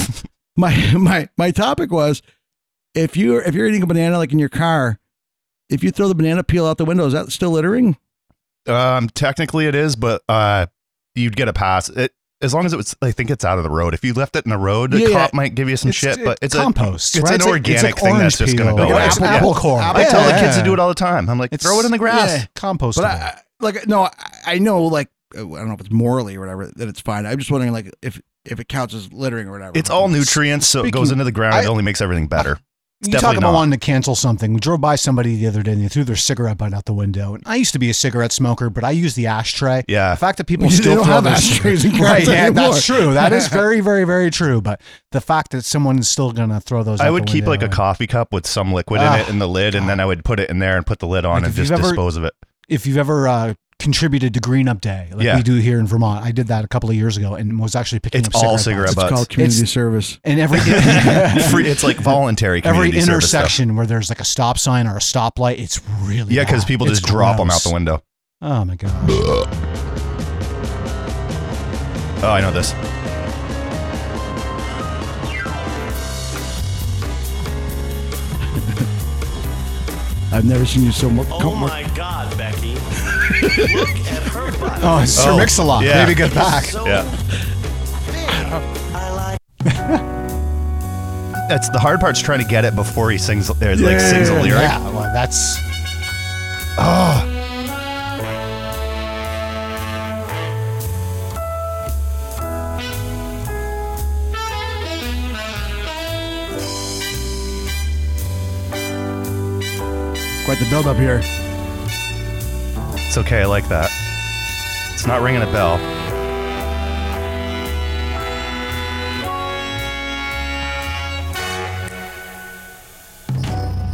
my my my topic was if you're if you're eating a banana like in your car, if you throw the banana peel out the window, is that still littering?
Um, technically it is, but uh, you'd get a pass. It as long as it was. I think it's out of the road. If you left it in the road, the
Yeah,
cop
yeah.
might give you some
It's-
shit.
it-
But it's a-
compost,
It's
right?
an
It's like- it's
organic
like
thing
orange
that's just gonna
peel,
go
like an
away.
apple- apple core.
I tell the kids to
Yeah.
do it all the time. I'm like, throw it in the grass.
Yeah.
Compost.
But I, I- like, no, I, I know, like, uh, I don't know if it's morally or whatever that it's fine. I'm just wondering, like, if if it counts as littering or whatever.
It's all nutrients, so it goes
Speaking-
into the ground.
I-
it only makes everything
<laughs>
better. It's
You talk
definitely
about
not.
wanting to cancel something. We drove by somebody the other day and they threw their cigarette butt out the window. And I used to be a cigarette smoker, but I use the ashtray.
Yeah.
The fact that people
They
still
don't
throw
have
their-
ashtrays in cars
<laughs> right,
<laughs>
yeah, that's
anymore.
true. That is very, very, very true. But the fact that someone is still gonna throw those,
I
out
would
the
keep
window
like a
and-
coffee cup with some liquid
Ah,
in it in the lid, and then I would put it in there and put the lid on
Like,
and
if you've
just
ever-
dispose of
<laughs>
it.
if you've ever uh, contributed to Green Up Day, like
Yeah.
we do here in Vermont. I did that a couple of years ago and was actually picking
It's
up
all
cigarette
cigarette
butts.
butts.
It's called community
It's-
service.
And every
<laughs> Free- it's like voluntary
every
community service stuff.
intersection where there's like a stop sign or a stoplight, it's really
Yeah, because
bad.
people
It's
just drop them out
gross.
the window.
Oh my god.
Oh, I know this.
I've never seen you so much.
Oh my God, Becky. Look at
<laughs>
her body.
Oh, it's Sir
Oh,
Mix-a-Lot.
yeah.
Baby, get back.
<laughs>
So
Yeah,
I like
that's the hard part's trying to get it before he sings. Or, like sings a lyric.
Yeah, well, that's
Oh,
Quite the build up here.
it's okay. I like that. It's not ringing a bell.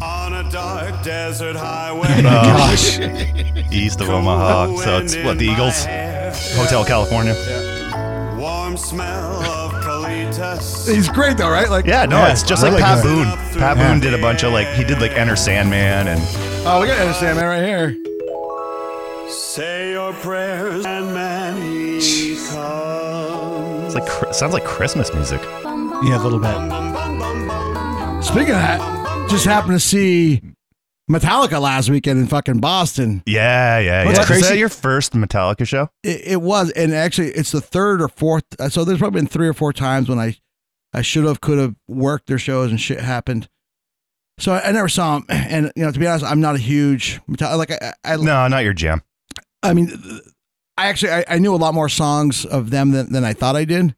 on a dark
<laughs>
desert highway.
Oh, Gosh. East of Omaha, so it's what the Eagles, Hotel California.
Warm smell of
<laughs>
colitas.
He's great though, right? Like,
Yeah, no, it's just
I
like Pat
that.
Boone. Pat Boone did a bunch of like he did like Enter Sandman and
Oh, look at Enter Sandman right here.
Say your prayers and man he comes.
it's like cr- sounds like Christmas music.
yeah, a little bit.
Speaking of that, just happened to see Metallica last weekend in fucking Boston.
Yeah, yeah,
What's
yeah.
crazy-
Is that your first Metallica show?
It, it was, and actually, it's the third or fourth. uh, So there's probably been three or four times when I, I should have, could have worked their shows and shit happened. So I, I never saw them, <clears throat> and you know, to be honest, I'm not a huge Metallica. Like I, I,
No, not your jam.
I mean, I actually I, I knew a lot more songs of them than, than I thought I did.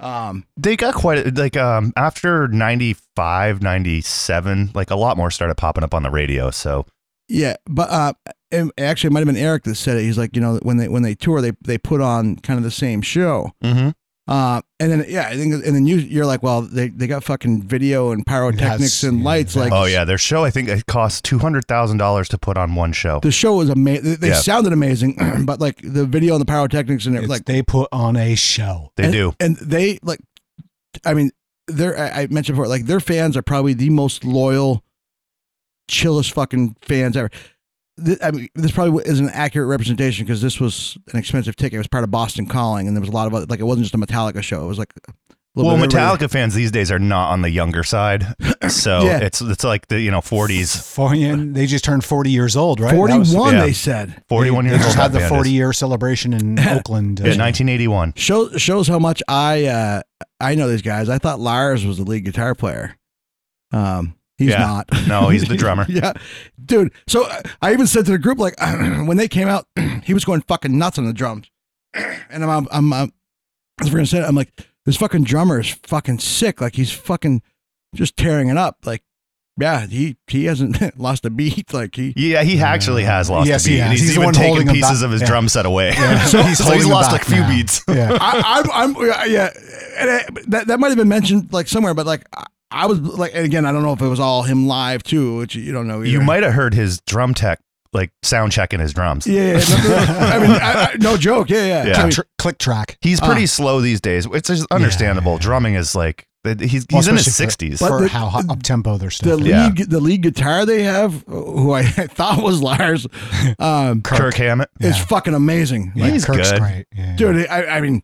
Um,
They got quite a, like um after 95, 97, like a lot more started popping up on the radio. So
yeah, but uh, and actually, it might have been Eric that said it. He's like, you know, when they when they tour, they they put on kind of the same show.
mm-hmm.
Uh, and then yeah, I think, and then you you're like, well, they, they got fucking video and pyrotechnics
That's-
and lights. Like,
oh yeah, their show I think it cost two hundred thousand dollars to put on one show.
the show was amazing. They, they
Yeah.
sounded amazing, <clears throat> but like the video and the pyrotechnics and it,
It's-
like
they put on a show.
They
and,
do.
and they like, I mean, they're I, I mentioned before, like their fans are probably the most loyal, chillest fucking fans ever. Th- I mean, this probably is an accurate representation because this was an expensive ticket. It was part of Boston Calling, and there was a lot of other, like it wasn't just a Metallica show. It was like a little
Well,
bit of everybody.
Metallica fans these days are not on the
<clears throat>
younger side, so
Yeah.
it's it's like the you know forties,
For, and they just turned 40 years old, right? That was-
Forty-one,
yeah.
they said.
forty one
they
years old.
just
that
had the
band is.
40 year
<laughs>
celebration in Oakland.
Yeah, 1981.
Show, shows how much I uh, I know these guys. I thought Lars was the lead guitar player. Um, he's
Yeah.
not.
No, he's
<laughs>
the drummer.
yeah, dude. So uh, I even said to the group, like, <clears throat> when they came out, <clears throat> he was going fucking nuts on the drums, <clears throat> and I'm, I'm, I'm, I'm as we're gonna say, I'm like, this fucking drummer is fucking sick. Like he's fucking just tearing it up. Like yeah, he he hasn't <laughs> lost a beat. Like he,
yeah, he actually has lost.
Yes,
a beat.
he has.
and He's,
He's the
even
one holding
taking
him
pieces
back.
of his
Yeah.
drum set away.
<laughs>
<laughs>
Yeah.
so,
He's
so
holding
he's
him
lost
back
like a few
now.
beats.
Yeah.
I, I'm, I'm, yeah, and uh that that might have been mentioned like somewhere, but like I, I was like, and again, I don't know if it was all him live too, which you don't know. Either.
You might have heard his drum tech, like sound checking his drums.
yeah, yeah, no, no, no. I mean, I, I, no joke, yeah, yeah.
<laughs> Yeah.
I mean,
Tr-
click track.
He's pretty
Ah.
slow these days, which is understandable. Drumming is like he's he's
Well,
in his
especially for-
sixties.
For,
But the-
how up tempo their
the
stuff. is.
lead the lead guitar they have, who I <laughs> thought was Lars,
<laughs>
um,
Kirk, Hammett.
is fucking amazing.
Yeah,
Like,
He's
Kirk's
good.
great. Yeah.
dude. I, I mean,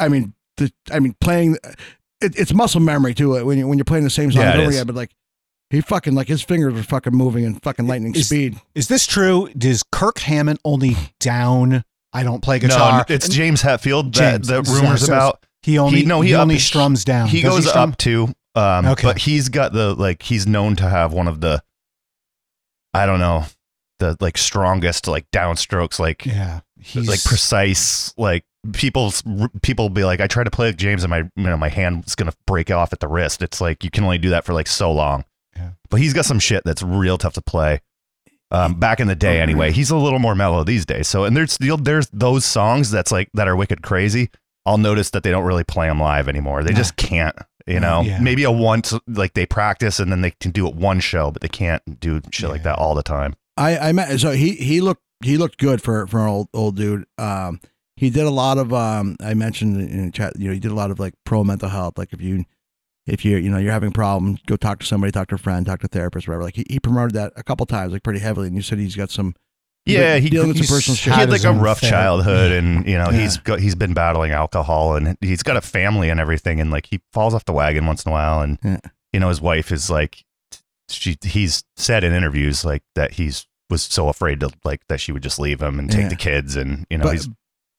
I mean, the, I mean, playing it, it's muscle memory too. uh, When you when you're playing the same song
Yeah, it
over
is.
again, but like he fucking like his fingers were fucking moving in fucking lightning
Is-
speed.
Is this true? Does Kirk Hammett only down? I don't play
No,
guitar.
it's James Hetfield that
James.
the
So-
rumors
so
about.
He only
no,
he,
up-
only strums down.
He
Does
goes
strum?
up too. Um,
Okay.
but he's got the like he's known to have one of the, I don't know, the like strongest like downstrokes like
Yeah, he's
like precise like people people be like I try to play like James and my you know my hand's gonna break off at the wrist. It's like you can only do that for like so long.
Yeah.
But he's got some shit that's real tough to play. Um, back in the day, anyway, he's a little more mellow these days. So and there's you'll- there's those songs that's like that are wicked crazy. I'll notice that they don't really play them live anymore. They just can't. You know,
Yeah.
maybe a once like they practice and then they can do it one show, but they can't do shit like that all the time.
I I met so he he looked he looked good for for an old old dude. Um, he did a lot of um I mentioned in the chat. You know, he did a lot of like pro mental health. Like if you if you you know you're having a problem, go talk to somebody, talk to a friend, talk to a therapist, whatever. Like he, he promoted that a couple times, like pretty heavily. And you said he's got some he's,
Yeah,
like,
he,
dealing with some
he's-
personal
he
shit.
had like
his
a
own
rough
thing.
childhood, and you know
Yeah.
he's got, he's been battling alcohol, and he's got a family and everything, and like he falls off the wagon once in a while, and
Yeah.
you know his wife is like, she he's said in interviews like that he's was so afraid to like that she would just leave him and take
Yeah.
the kids, and you know
but,
he's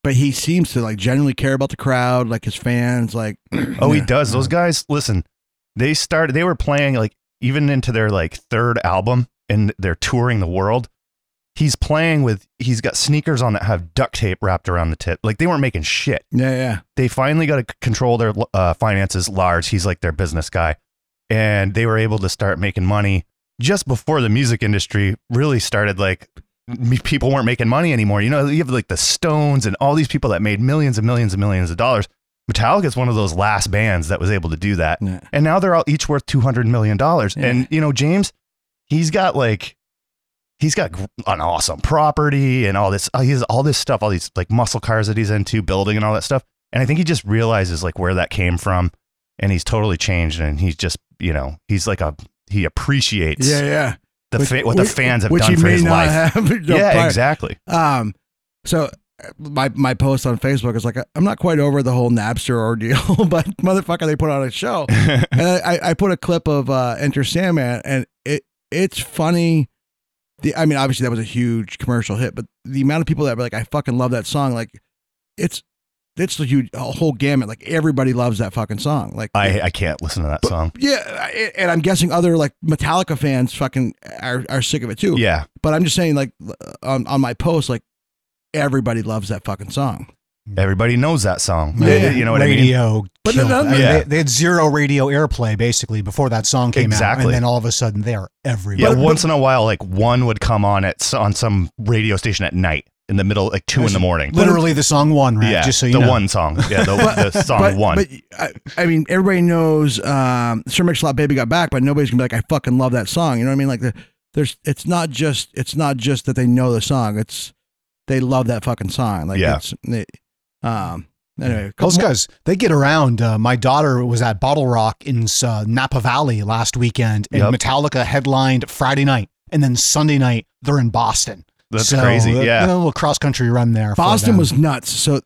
but he seems to like genuinely care about the crowd, like his fans, like
<clears throat> oh he does those guys listen, they started they were playing like even into their like third album, and they're touring the world. He's playing with he's got sneakers on that have duct tape wrapped around the tip. Like they weren't making shit.
yeah, yeah.
they finally got to control their uh, finances large he's like their business guy and they were able to start making money just before the music industry really started like m- people weren't making money anymore you know you have like the stones and all these people that made millions and millions and millions of dollars metallica's one of those last bands that was able to do that
Yeah.
and now they're all each worth 200 million dollars and you know james he's got like he's got gr- an awesome property and all this uh, he has all this stuff all these like muscle cars that he's into building and all that stuff and i think he just realizes like where that came from and he's totally changed and he's just you know he's like a he appreciates
Yeah, yeah.
the
Which-
fa- what the
which-
fans have
which
done
he
for
may
his
not
life
have, <laughs> you know,
yeah
prior. <laughs>
exactly
Um, so uh, my my post on Facebook is like, I'm not quite over the whole Napster ordeal, <laughs> but motherfucker, they put on a
<laughs>
show, and I, I put a clip of uh, Enter Sandman, and it it's funny. The I mean, obviously that was a huge commercial hit, but the amount of people that were like, I fucking love that song, like it's it's the huge a whole gamut. Like everybody loves that fucking song. Like
i i can't listen to that song
yeah, I- and I'm guessing other like Metallica fans fucking are, are sick of it too.
yeah
But I'm just saying, like uh, on on my post, like everybody loves that fucking song.
everybody knows that song
Yeah.
you know what i mean
radio.
But no,
killed
no,
it. I mean,
yeah.
they, they had zero radio airplay basically before that song came out,
Exactly.
and then all of a sudden they are everywhere.
Yeah, once in a while, like one would come on at s- on some radio station at night in the middle, like two in the morning.
Literally the song one, right?
yeah,
Just so you
the
know.
one song, yeah, the, the song
but,
one.
But I, I mean, everybody knows um, Sir Mix-a-Lot Baby Got Back, but nobody's gonna be like, I fucking love that song. You know what I mean? Like the, there's, it's not just it's not just that they know the song. It's they love that fucking song. Like
Yeah.
it's, they, um. Anyway, a couple
Those
more-
guys, they get around. Uh, my daughter was at Bottle Rock in uh, Napa Valley last weekend, and
Yep.
Metallica headlined Friday night, and then Sunday night they're in Boston.
That's crazy,
uh,
yeah.
you know, a little cross country run there. for
Boston
them.
was nuts. So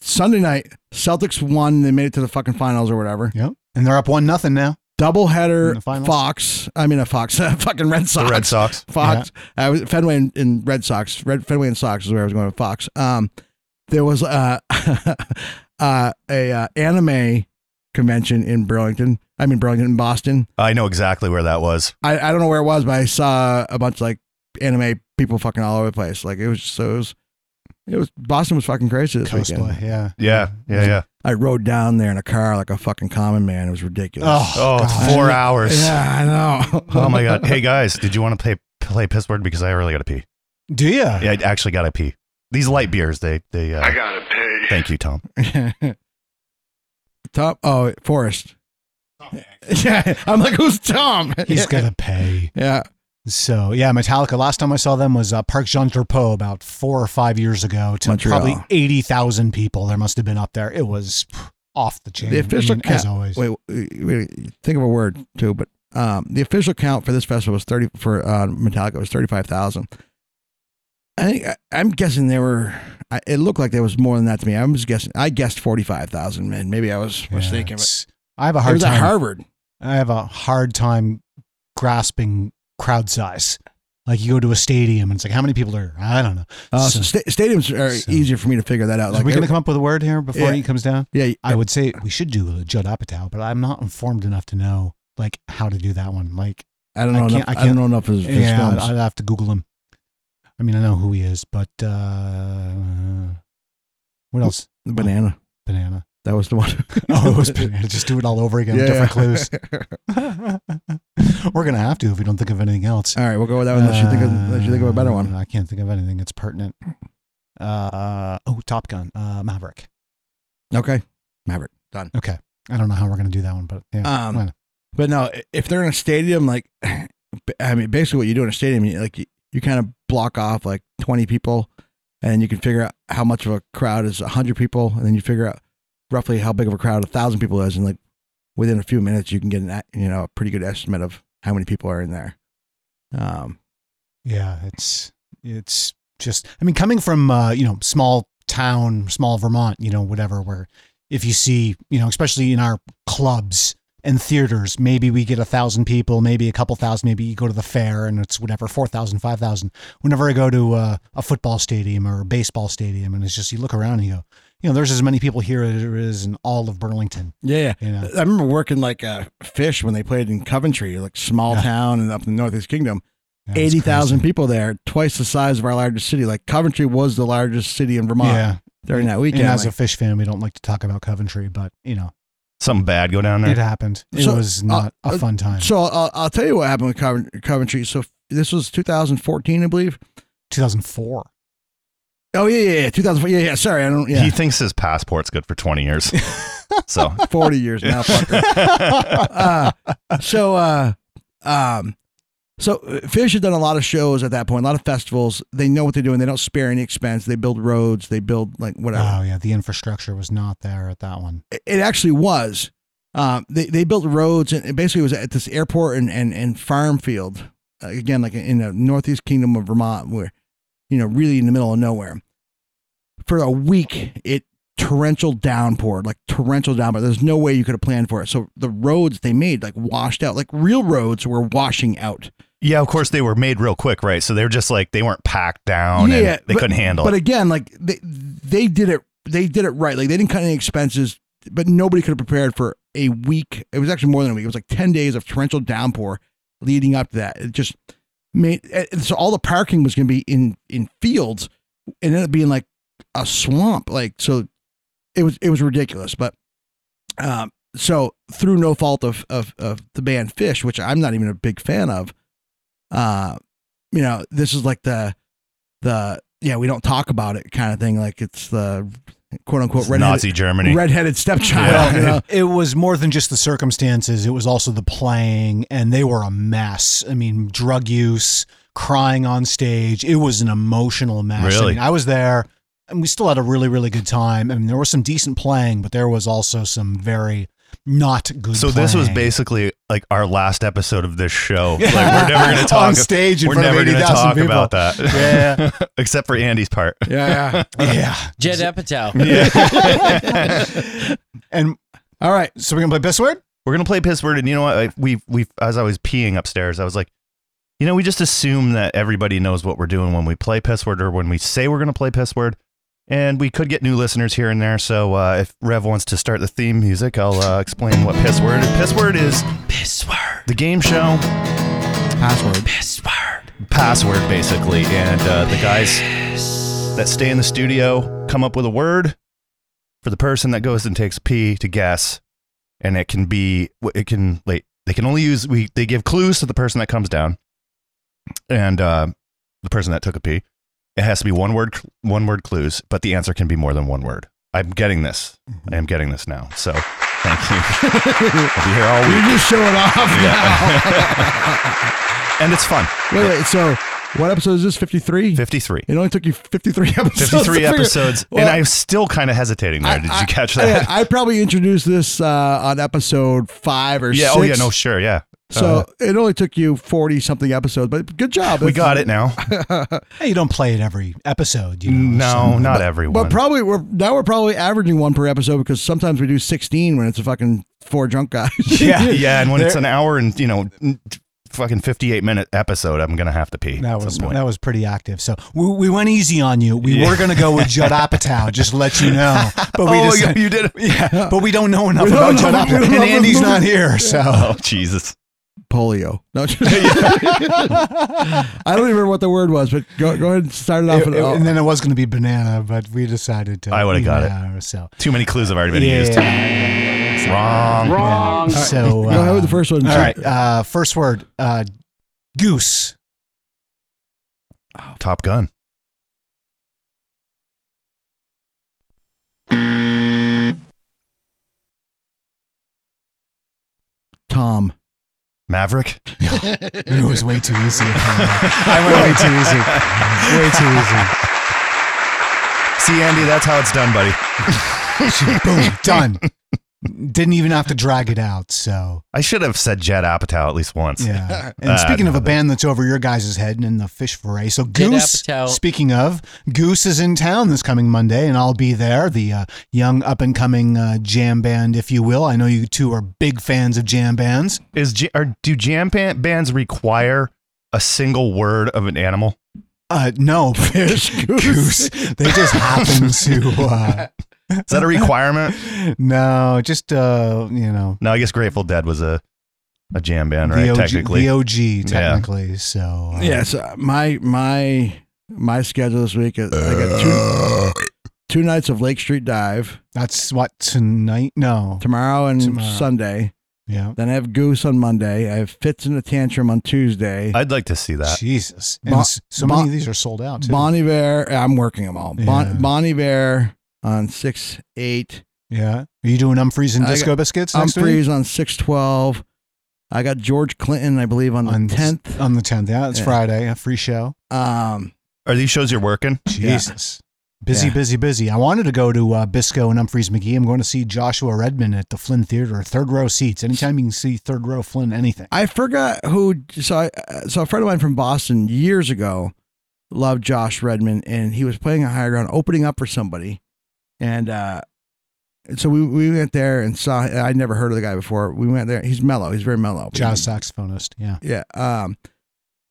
Sunday night, Celtics won. They made it to the fucking finals or whatever.
Yep. And they're up one nothing now. In
Doubleheader,
the finals?
Fox. I mean, a Fox, <laughs> fucking Red Sox.
the Red Sox.
Fox. I was Fenway and, and Red Sox. Red Fenway and Sox is where I was going with Fox. Um, there was uh, <laughs> uh, a uh, anime convention in Burlington. I mean Burlington, in Boston.
I know exactly where that was.
I, I don't know where it was, but I saw a bunch of, like anime people fucking all over the place. Like it was so it was, it was Boston was fucking crazy this weekend.
Cosplay, yeah.
Yeah, yeah, yeah.
I rode down there in a car like a fucking common man. It was ridiculous.
Oh, it's four hours.
Yeah, I know.
oh my god. Hey guys, did you want to play play piss word because I really got to pee?
Do you? Yeah,
I actually got to pee. These light beers, they they. Uh, I
gotta pee.
Thank you, Tom.
<laughs> Tom. Oh, Forrest. <laughs> Yeah, I'm like, who's Tom?
He's
yeah.
gonna pay.
Yeah.
So yeah, Metallica. Last time I saw them was uh, Park Jean Drapeau about four or five years ago to
Montreal.
probably eighty thousand people. There must have been up there. It was pff, off the chain.
The official
I mean,
count.
as always.
Wait, wait, wait, think of a word too, but um, the official count for this festival was thirty for uh, Metallica was thirty five thousand. I think I, I'm guessing there were. I, it looked like there was more than that to me. I was guessing. I guessed forty five thousand men. Maybe I was mistaken.
it's-
But
I have a
It
hard
was at
time.
Harvard.
I have a hard time grasping crowd size. Like you go to a stadium and it's like how many people are? there? I don't know.
uh,
So-
so sta- stadiums are easier for me to figure that out.
Are we going
every-
to come up with a word here before
Yeah.
he comes down?
Yeah,
I would say we should do a Judd Apatow, but I'm not informed enough to know like how to do that one. Like
I don't know enough- I don't know enough of his- his
yeah,
films.
I'd have to Google him. I mean, I know who he is, but uh, what else?
The banana. <laughs>
Banana. <laughs>
That was the one.
oh, it
<laughs>
was banana. Just do it all over again.
Yeah,
different clues.
yeah.
We're gonna have to if we don't think of anything else.
<laughs> All right, we'll go with Uh, that one unless you think of- unless you think of a better one.
Uh, I can't think of anything that's pertinent. Uh, oh, Top Gun, uh, Maverick.
Okay, Maverick done.
Okay, I don't know how we're gonna do that one, but yeah,
Um, but no, i- if they're in a stadium, like, I mean, basically what you do in a stadium, you, like you, you kind of block off like 20 people and you can figure out how much of a crowd is 100 people. And then you figure out roughly how big of a crowd a thousand people is. And like within a few minutes, you can get an, a- you know, a pretty good estimate of how many people are in there. Um,
Yeah, it's it's just I mean coming from uh, you know small town, small Vermont, you know whatever where if you see, you know, especially in our clubs and theaters, maybe we get a thousand people, maybe a couple thousand, maybe you go to the fair and it's whatever, 4,000, 5,000. Whenever I go to uh, a football stadium or a baseball stadium, and it's just you look around and you go, you know, there's as many people here as there is in all of Burlington.
Yeah,
You know?
I remember working like a fish when they played in Coventry, like small town and up in the Northeast Kingdom.
Yeah, it's
Eighty thousand people there, twice the size of our largest city. Like Coventry was the largest city in Vermont
Yeah.
during that weekend.
And as a
Like,
fish fan, we don't like to talk about Coventry, but, you know,
Something bad go down there.
it happened. It
so,
was
uh,
not
uh,
a fun time.
So I'll, I'll tell you what happened with Covent- Coventry. So this was 2014, I believe.
2004.
Oh yeah, yeah, yeah. 2004. Yeah, yeah. Sorry, I don't. Yeah, <laughs>
He thinks his passport's good for twenty
<laughs>
years. so <laughs>
40 years now. Fucker. uh, so, uh, um, so uh, Fish has done a lot of shows at that point, a lot of festivals. They know what they're doing. They don't spare any expense. They build roads. They build like whatever.
Oh yeah, the infrastructure was not there at that one.
It- It actually was. Um, they they built roads and it basically was at this airport and and, and farm field uh, again, like in the northeast kingdom of Vermont, where you know really in the middle of nowhere. For a week, it torrential downpour, like torrential downpour. There's no way you could have planned for it. So the roads they made like washed out, like real roads were washing out.
yeah, of course they were made real quick, right? So they're just like they weren't packed down. and they
but-
couldn't handle
But
it.
again, like they they did it they did it right. Like they didn't cut any expenses, but nobody could have prepared for a week. It was actually more than a week. It was like ten days of torrential downpour leading up to that. It just made and so all the parking was going to be in in fields, and ended up being like a swamp. Like so, it was it was ridiculous. But um, so through no fault of, of of the band Fish, which I'm not even a big fan of, uh, you know, this is like the the yeah we don't talk about it kind of thing. Like it's the quote unquote
It's Nazi Germany.
redheaded stepchild.
<laughs>
Well,
you know?
it, it was more than just the circumstances. It was also the playing, and they were a mess. I mean, drug use, crying on stage. It was an emotional mess. I,
Really?
mean, I was there, and we still had a really, really good time. I mean, there was some decent playing, but there was also some very not good.
So this was
playing.
basically like our last episode of this show. Like we're never going to talk
<laughs> On stage in
We're
front of
never gonna
80,000
talk
people.
about that. <laughs>
Yeah.
except for Andy's part.
Yeah,
yeah.
Jed Apatow.
<laughs>
<laughs> and
all right,
so we're gonna play best word.
We're gonna play piss word, and you know what? I, we we as I was peeing upstairs, I was like, you know, we just assume that everybody knows what we're doing when we play piss word or when we say we're gonna play piss word, and we could get new listeners here and there. So uh, if Rev wants to start the theme music, I'll uh, explain what piss word. Piss word is
Piss word.
the game show <laughs>
password
Piss word.
password basically, and uh, the guys that stay in the studio come up with a word. for the person that goes and takes P to guess, and it can be it can like they can only use we they give clues to the person that comes down, and uh, the person that took a P. It has to be one word cl- one word clues, but the answer can be more than one word. I'm getting this. I am getting this now. So thank you. <laughs> I'll be here all week.
<laughs>
<laughs>
You're just showing off
Yeah. and it's fun.
Wait, wait. So, what episode is this? 53?
53.
It only took you 53 <laughs> episodes. to
53
figure-
episodes,
Well,
and I'm still kind of hesitating there. Did you catch that?
yeah, <laughs> I probably introduced this uh, on episode five or
yeah.
six.
Oh, yeah. No, sure. Yeah.
So
Uh-huh.
Uh,
it only took you 40 something episodes, but good job.
we got it
<laughs>
now.
Hey, you don't play it every episode. You
No,
know, so-
not everyone.
But probably we're now we're probably averaging one per episode because sometimes we do 16 when it's a fucking four drunk guys. <laughs>
<laughs>
yeah, yeah. And when it's
There-
an hour and you know, n- fucking 58 minute episode, I'm gonna have to pee.
That
at
was
some point.
that was pretty active. So we, we went easy on you. We
Yeah.
were gonna go with Judd Apatow, just to let
<laughs>
you know. But we
Oh,
just
you- you did.
Yeah, but we don't know enough
We don't know-
about Judd
we
Apatow,
don't
and
know the
Andy's not
movie.
here. So
<laughs> Oh Jesus.
Polio. No,
<laughs>
just-
<laughs>
I don't remember what the word was, but go, go ahead and start it off.
It-
and-
it- and then it was gonna be banana, but we decided to.
I would have got
yeah,
it.
So
Too many clues have already been used. Wrong.
Wrong. So uh,
Go ahead with the first one,
All
Jim.
right. Uh, first word. Uh, goose.
Top Gun.
Tom. <laughs>
Maverick.
it was way too easy. <laughs> I went way too easy. Way
<laughs>
too easy.
See, Andy, that's how it's done, buddy.
Boom. Done. Didn't even have to drag it out. So.
I should have said Jet Apatow at least once.
Yeah. And speaking of a band that's over your guys' head and in the fish foray, so
Judd
Goose.
Apatow.
Speaking of, Goose is in town this coming Monday, and I'll be there. The uh, young up and coming uh, jam band, if you will. I know you two are big fans of jam bands.
is j- are, do jam band bands require a single word of an animal?
Uh, no, <laughs>
fish
goose. They just happen to. Uh,
Is
<laughs>
that a <laughs> requirement?
no, just uh, you know,
No, I guess Grateful Dead was a a jam band,
the
right?
OG
technically,
the OG,
Yeah.
technically. So uh,
Yeah, so my my my schedule this week is I got two two nights of Lake Street Dive
that's what tonight. No,
tomorrow and
Tomorrow.
Sunday.
yeah,
Then I have Goose on Monday. I have Fits in a Tantrum on Tuesday.
I'd like to see that.
Jesus, and
Bon-
s- so
Bon-
many of these are sold out. Too.
Bon Iver, I'm working them all.
Yeah.
Bon, bon Iver on six eight.
Yeah. Are you doing Umphreys and
I
Disco
got
Biscuits next
Humphreys on six twelve. I got George Clinton, I believe, on
week?
the tenth.
On the 10th. Yeah, it's
Yeah.
Friday. A free show.
Um,
Are these shows you're working?
Jesus. Busy,
Yeah.
busy, busy. I wanted to go to uh, Bisco and Humphreys McGee. I'm going to see Joshua Redman at the Flynn Theater, third row seats. Anytime you can see third row Flynn, anything.
I forgot who. So, I, uh, so a friend of mine from Boston years ago loved Josh Redman, and he was playing a higher ground, opening up for somebody, and uh, and so we we went there and saw. I'd never heard of the guy before. We went there. He's mellow. He's very mellow.
Jazz saxophonist. Yeah.
Yeah. Um,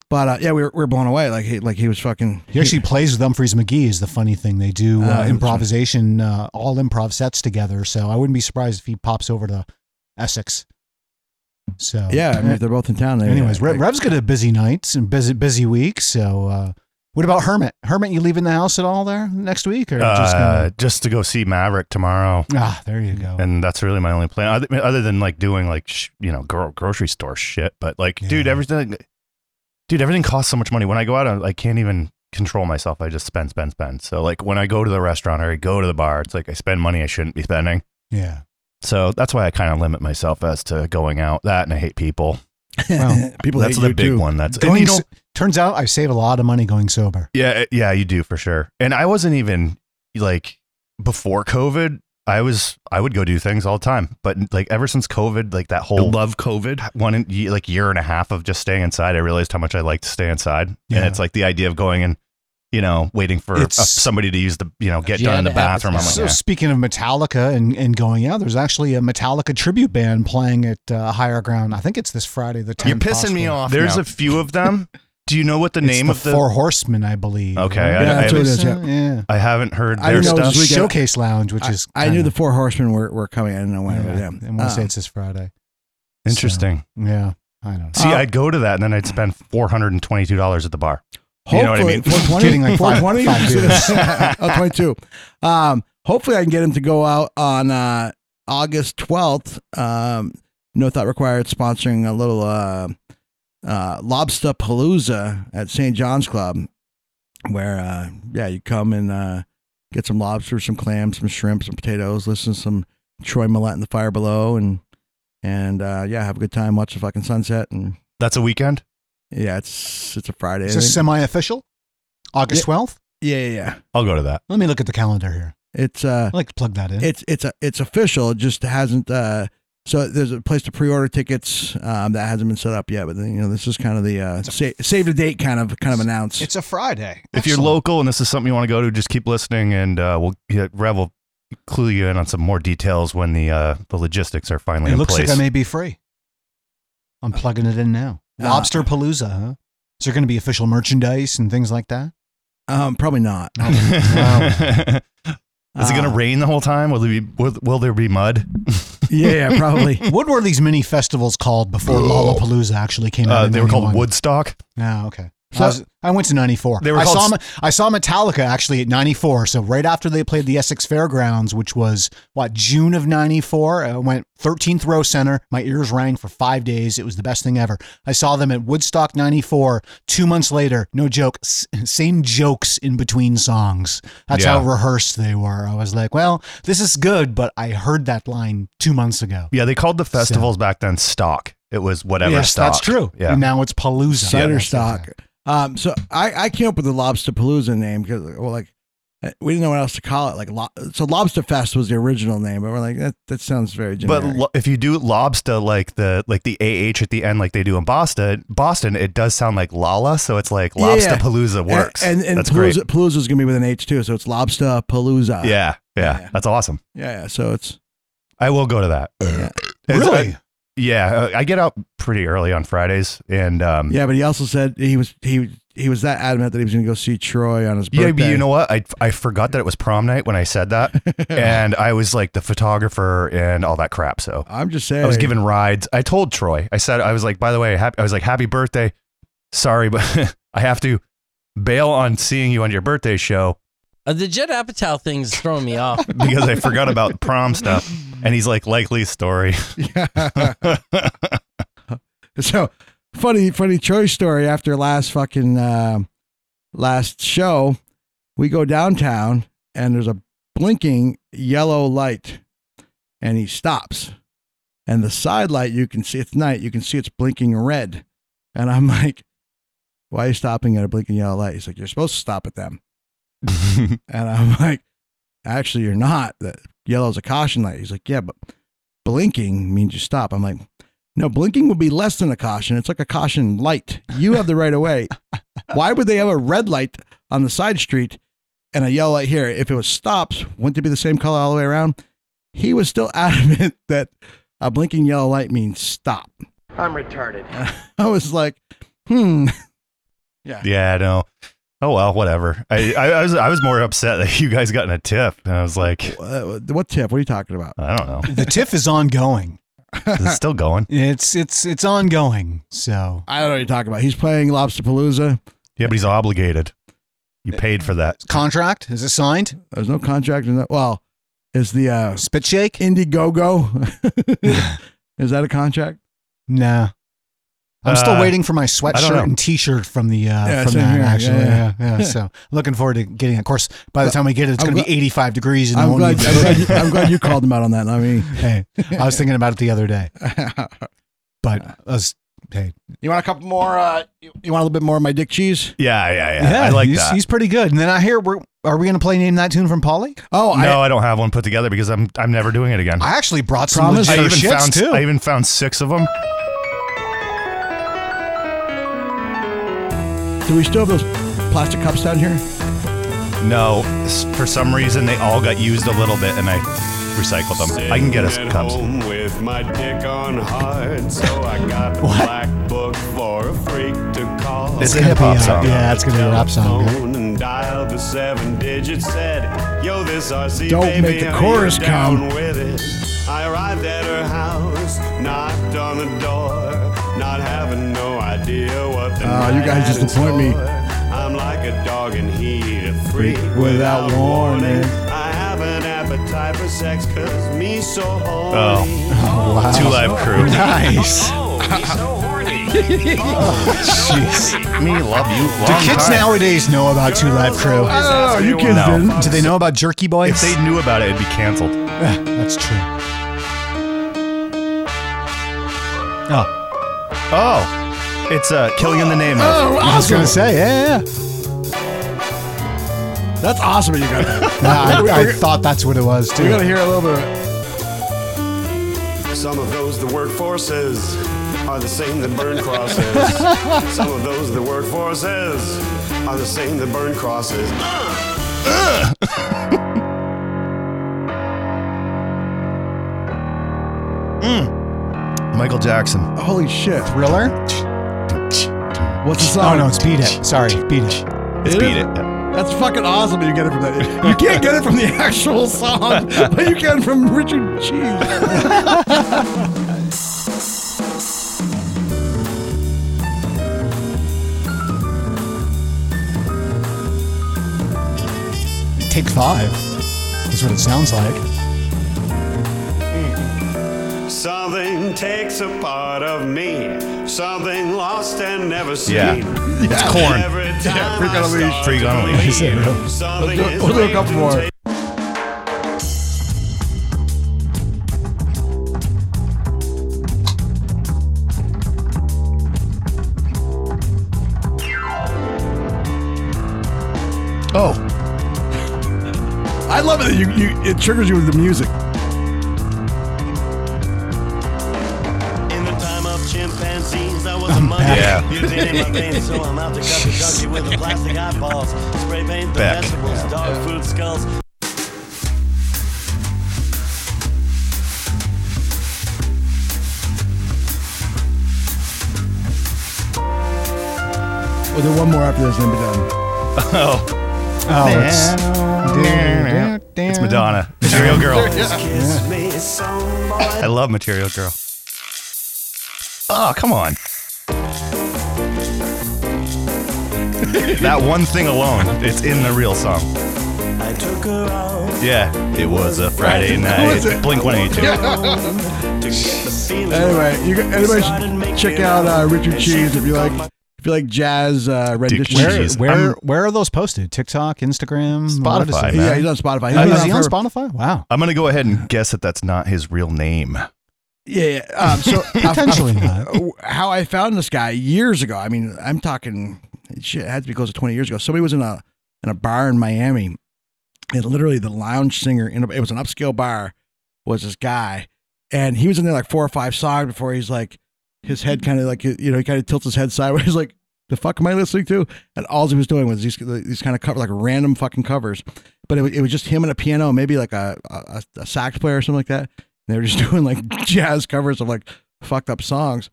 but uh, yeah, we were, we were blown away. Like he like he was fucking.
He actually plays with Humphreys McGee, is the funny thing. They do
Ah,
uh,
that's
improvisation, uh, all improv sets together. So I wouldn't be surprised if he pops over to Essex. So
yeah, I mean, if they're both in town. They,
Anyways, Re-
like- <laughs>
Rev's got a busy nights and busy busy week. So, uh, what about Hermit? Hermit, you leaving the house at all there next week, or
Uh,
just
just,
gonna,
to go see Maverick tomorrow,
ah? There you go.
and that's really my only plan. Other, other than like doing like sh- you know gro- grocery store shit, but like dude,
Yeah.
everything, dude, everything costs so much money. When I go out, I, I can't even control myself. I just spend, spend, spend. So like when I go to the restaurant or I go to the bar, it's like I spend money I shouldn't be spending.
yeah.
So that's why I kind of limit myself as to going out. That and I hate people.
Well,
people
that's
hate
the
you,
big
too.
one. That's and
going
you don't-
s- turns out I save a lot of money going sober.
Yeah, it- yeah, you do for sure. And I wasn't even like before COVID. I was I would go do things all the time, but like ever since COVID, like that whole
love COVID.
one in- ye- like year and a half of just staying inside, I realized how much I like to stay inside.
Yeah.
And it's like the idea of going and you know waiting for uh,
It's-
somebody to use the you know get
Yeah,
done in the
to have-
bathroom. I'm like,
So
yeah.
speaking of Metallica and, and going out, there's actually a Metallica tribute band playing at uh, Higher Ground. I think it's this Friday. The 10th
you're pissing me
possibly.
off. There's
No.
a few of them. Do you know what the
It's
name
the
of the?
Four Horsemen, I believe.
Okay, I-
Yeah, that's what it is,
yeah.
yeah.
yeah.
I haven't heard
I
their
didn't know it was
stuff.
this weekend.
Showcase Lounge, which
I,
is
I knew the four horsemen were, were coming. I didn't know when.
yeah,
but Yeah.
And
Uh.
we'll say
Um,
it's this Friday. So,
Interesting.
yeah, I don't know.
See,
Uh,
I'd go to that and then I'd spend four hundred and twenty-two dollars at the bar. You know what I <laughs>
Hopefully,
mean?
four twenty. <laughs>
Kidding, like five- five beers.
oh, 22. Um, hopefully I can get him to go out on uh, August 12th. Um, no thought required sponsoring a little uh, uh, lobster palooza at St. John's Club, where uh, yeah, you come and uh, get some lobsters, some clams, some shrimp, some potatoes, listen to some Troy Millette in the fire below, and and uh, yeah, have a good time, watch the fucking sunset, and
that's a weekend.
Yeah, it's it's a Friday.
Is
I
this
think.
semi-official? August twelfth.
Yeah, yeah, yeah.
I'll go to that.
Let me look at the calendar here.
It's uh,
I like to plug that in.
It's it's a, it's official. It just hasn't. Uh, so there's a place to pre-order tickets um, that hasn't been set up yet. But you know, this is kind of the uh, sa- save the date kind of kind of announce.
It's a Friday.
If you're local and this is something you want to go to, just keep listening, and uh, we'll yeah, Rev will clue you in on some more details when the uh, the logistics are finally
It
in
looks
place. <laughs>
like I may be free. I'm plugging it in now.
Uh,
Lobster Palooza, huh? Is there going to be official merchandise and things like that?
Um, probably not.
<laughs>
Uh,
Is it going to rain the whole time? Will there be will, will there be mud? Uh,
Yeah, yeah,
<laughs>
probably.
Hmm.
what were these mini festivals called before Lollapalooza actually came
Uh,
out? in
they were called
91?
Woodstock.
Yeah, okay.
So-
I, was- I went to '94.
They were
I
called
saw
s-
Me- I saw Metallica actually at '94. So right after they played the Essex Fairgrounds, which was what June of '94, I went 13th row center. My ears rang for five days. It was the best thing ever. I saw them at Woodstock '94. Two months later, no joke, s- same jokes in between songs. That's
Yeah.
how rehearsed they were. I was like, well, this is good, but I heard that line two months ago.
Yeah, they called the festivals back then stock. It was whatever
yes,
stock.
that's true.
Yeah.
And now it's Palooza.
cider
That's
stock. Um, so I, I came up with the Lobster Palooza name because well, like uh, we didn't know what else to call it. Like lo- so, Lobster Fest was the original name, but we're like that. That sounds very
But
generic.
lo- if you do lobster like the like the AH at the end like they do in Boston, Boston it does sound like lala, so it's like
Yeah, yeah.
lobster palooza works.
and and, and
that's
Palooza,
great.
Palooza is gonna be with an H too, so it's Lobster Palooza.
Yeah, yeah, that's awesome.
yeah, yeah. So it's
I will go to that. It's-
Really?
I- yeah, uh, I get out pretty early on Fridays, and um,
yeah. But he also said he was he he was that adamant that he was gonna go see Troy on his birthday.
Yeah, but you know what? I, I forgot that it was prom night when I said
<laughs>
that. and I was like the photographer and all that crap. So
I'm just saying.
I was given rides. I told Troy, I said, I was like, by the way, happy, I was like, happy birthday. Sorry, but <laughs> I have to bail on seeing you on your birthday show
Uh, the Jed Apatow thing's throwing me off.
because I forgot about prom stuff. And he's like, likely
<laughs>
story. <laughs>
so funny funny choice story after last fucking uh, last show we go downtown and there's a blinking yellow light and he stops and the side light you can see it's night you can see it's blinking red and i'm <laughs> like why are you stopping at a blinking yellow light he's like you're supposed to stop at them and i'm like actually you're not that yellow's a caution light he's like yeah but blinking means you stop i'm like no, blinking would be less than a caution. It's like a caution light. You have the right of way. Why would they have a red light on the side street and a yellow light here? If it was stops, wouldn't it be the same color all the way around? He was still <laughs> adamant that a blinking yellow light means stop.
I'm retarded.
I was like, hmm.
Yeah, I know. Oh, well, whatever. I, I, I was I was more upset that you guys got in a tiff. And I was like,
Uh, what tip? What are you talking about?
I don't know.
The TIFF is ongoing.
It's still going.
It's it's it's ongoing. So
I don't know what you're talking about. He's playing Lobster Palooza.
Yeah, but he's obligated. You paid for that.
contract is it signed?
There's no contract. In that. Well, is the uh,
spit shake
Indiegogo? <laughs> is that a contract?
Nah. I'm still
Uh,
waiting for my
I don't know.
sweatshirt and T-shirt from the uh,
Yeah,
from
same
that
here. Yeah,
actually.
yeah.
Yeah, yeah. So looking forward to getting. it. Of course, by the time we get it, it's
I'm
going to be
gl-
85 degrees. And I
I'm
won't
glad,
even-
I'm, glad you, I'm glad you called him out on that. I mean,
<laughs> hey, I was thinking about it the other day, but I was hey,
<laughs> You want a couple more? Uh, you, you want a little bit more of my dick cheese?
Yeah, yeah, yeah. I like
he's,
that.
He's pretty good. And then I hear we're are we going to play name that tune from Polly?
Oh,
no, I, don't have one put together because I'm I'm never doing it again.
I actually brought some
Promise? I
legit
even
shits,
found
too.
I even found six of them.
Do we still have those plastic cups down here?
No, s- for some reason they all got used a little bit, and I recycled them. I can get us
Sitting at
cups.
home with my dick on hard, so I got a black book for a freak to call.
It's gonna be a- Yeah, it's going to be a rap
Oh,
song. right?
Phone and dial the seven digits said, Yo, this RC
Don't
baby,
make the
are you
chorus
down
come.
With it? I arrived at her house, knocked on the door, not having no idea what the
Uh,
Oh, you
night
guys
had in
disappoint me.
store. I'm like a dog and he a freak
Freak without warning.
I haven't had appetite for sex, cause me so horny.
Oh.
wow.
Two
<laughs>
Live Crew.
<laughs> Nice. <laughs>
Jeez. Me love you.
Oh, Do
long
kids
time.
nowadays know about Two Live Crew?
I don't know, you kids No. didn't.
Do they know about Jerky Boys?
If they knew about it, it'd be canceled.
Ah, That's true. Oh.
Oh. It's uh, Killing in the Name of.
Oh,
I was gonna
awesome.
say, yeah, yeah.
That's awesome. You got that.
yeah. Nah, I, I thought that's what it was too.
We're gonna hear a little bit. Of,
Some of those that work forces are the same that burn crosses. Some of those that work forces are the same that burn crosses.
Oh.
Michael Jackson.
holy shit!
Thriller.
What's the
Oh
song?
no, it's Beat It. Sorry, Beat It.
It's
It
Beat
is-
It. yeah.
That's fucking awesome. that You get it from that. You can't get it from the <laughs> actual song, but you get it from Richard Cheese.
Take five. That's what it sounds like.
Something takes a part of me, something lost and never seen.
Yeah. It's corn.
Every time
Yeah,
I start
Freak on a
to
leash.
<laughs>
leave,
We'll
something
do,
is
we'll do a
waiting
couple
to
more.
take-
Oh, I love it that you, you it triggers you with the music.
In the time of chimpanzees, I
<laughs>
was a monkey.
back.
Mutiny in my veins, so I'm out to cut the donkey with the plastic eyeballs. Spray paint the
Back.
vegetables, dog food skulls.
We'll do one more after this and be done.
<laughs> Oh.
Oh, it's.
It's Madonna. Material Girl.
Just kiss me, some boy.
I love Material Girl. Oh, come on. that one thing alone, it's in the real song.
I took her out
Yeah, it was
<laughs>
a Friday night.
Was it?
Blink 182.
<laughs> to get the feeling.
Anyway, you can- anybody should check out uh, Richard Cheese if you like if you like jazz uh, renditions.
Where,
Jeez,
where,
I'm-
where are those posted? TikTok, Instagram, What is
Spotify, man.
it?
Yeah, he's on Spotify. He's
Oh,
been
is he on
forever.
Spotify? Wow.
I'm going to go ahead and guess that that's not his real name.
Yeah, yeah. Um,
<laughs>
so uh,
Potentially not.
how I found this guy years ago. I mean, I'm talking shit. It had to be close to 20 years ago. Somebody was in a in a bar in Miami, and literally the lounge singer in a, it was an upscale bar was this guy, and he was in there like four or five songs before he's like his head kind of like you know he kind of tilts his head sideways <laughs> like the fuck am I listening to? And all he was doing was these these kind of cover like random fucking covers, but it, was- it was just him and a piano, and maybe like a, a a sax player or something like that. And they were just <laughs> doing like jazz covers of like fucked up songs.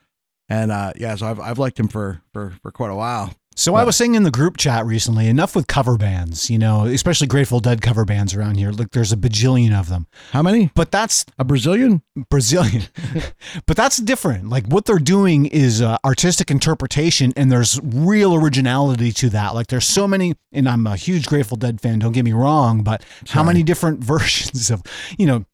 And uh, yeah, so I've I've liked him for for for quite a while.
So I was saying in the group chat recently, enough with cover bands, you know, especially Grateful Dead cover bands around here. Look, there's a bajillion of them.
How many?
But that's
A Brazilian?
Brazilian. <laughs> but that's different. Like what they're doing is uh, artistic interpretation, and there's real originality to that. Like there's so many, and I'm a huge Grateful Dead fan. Don't get me wrong, but how many different <laughs> versions of you know?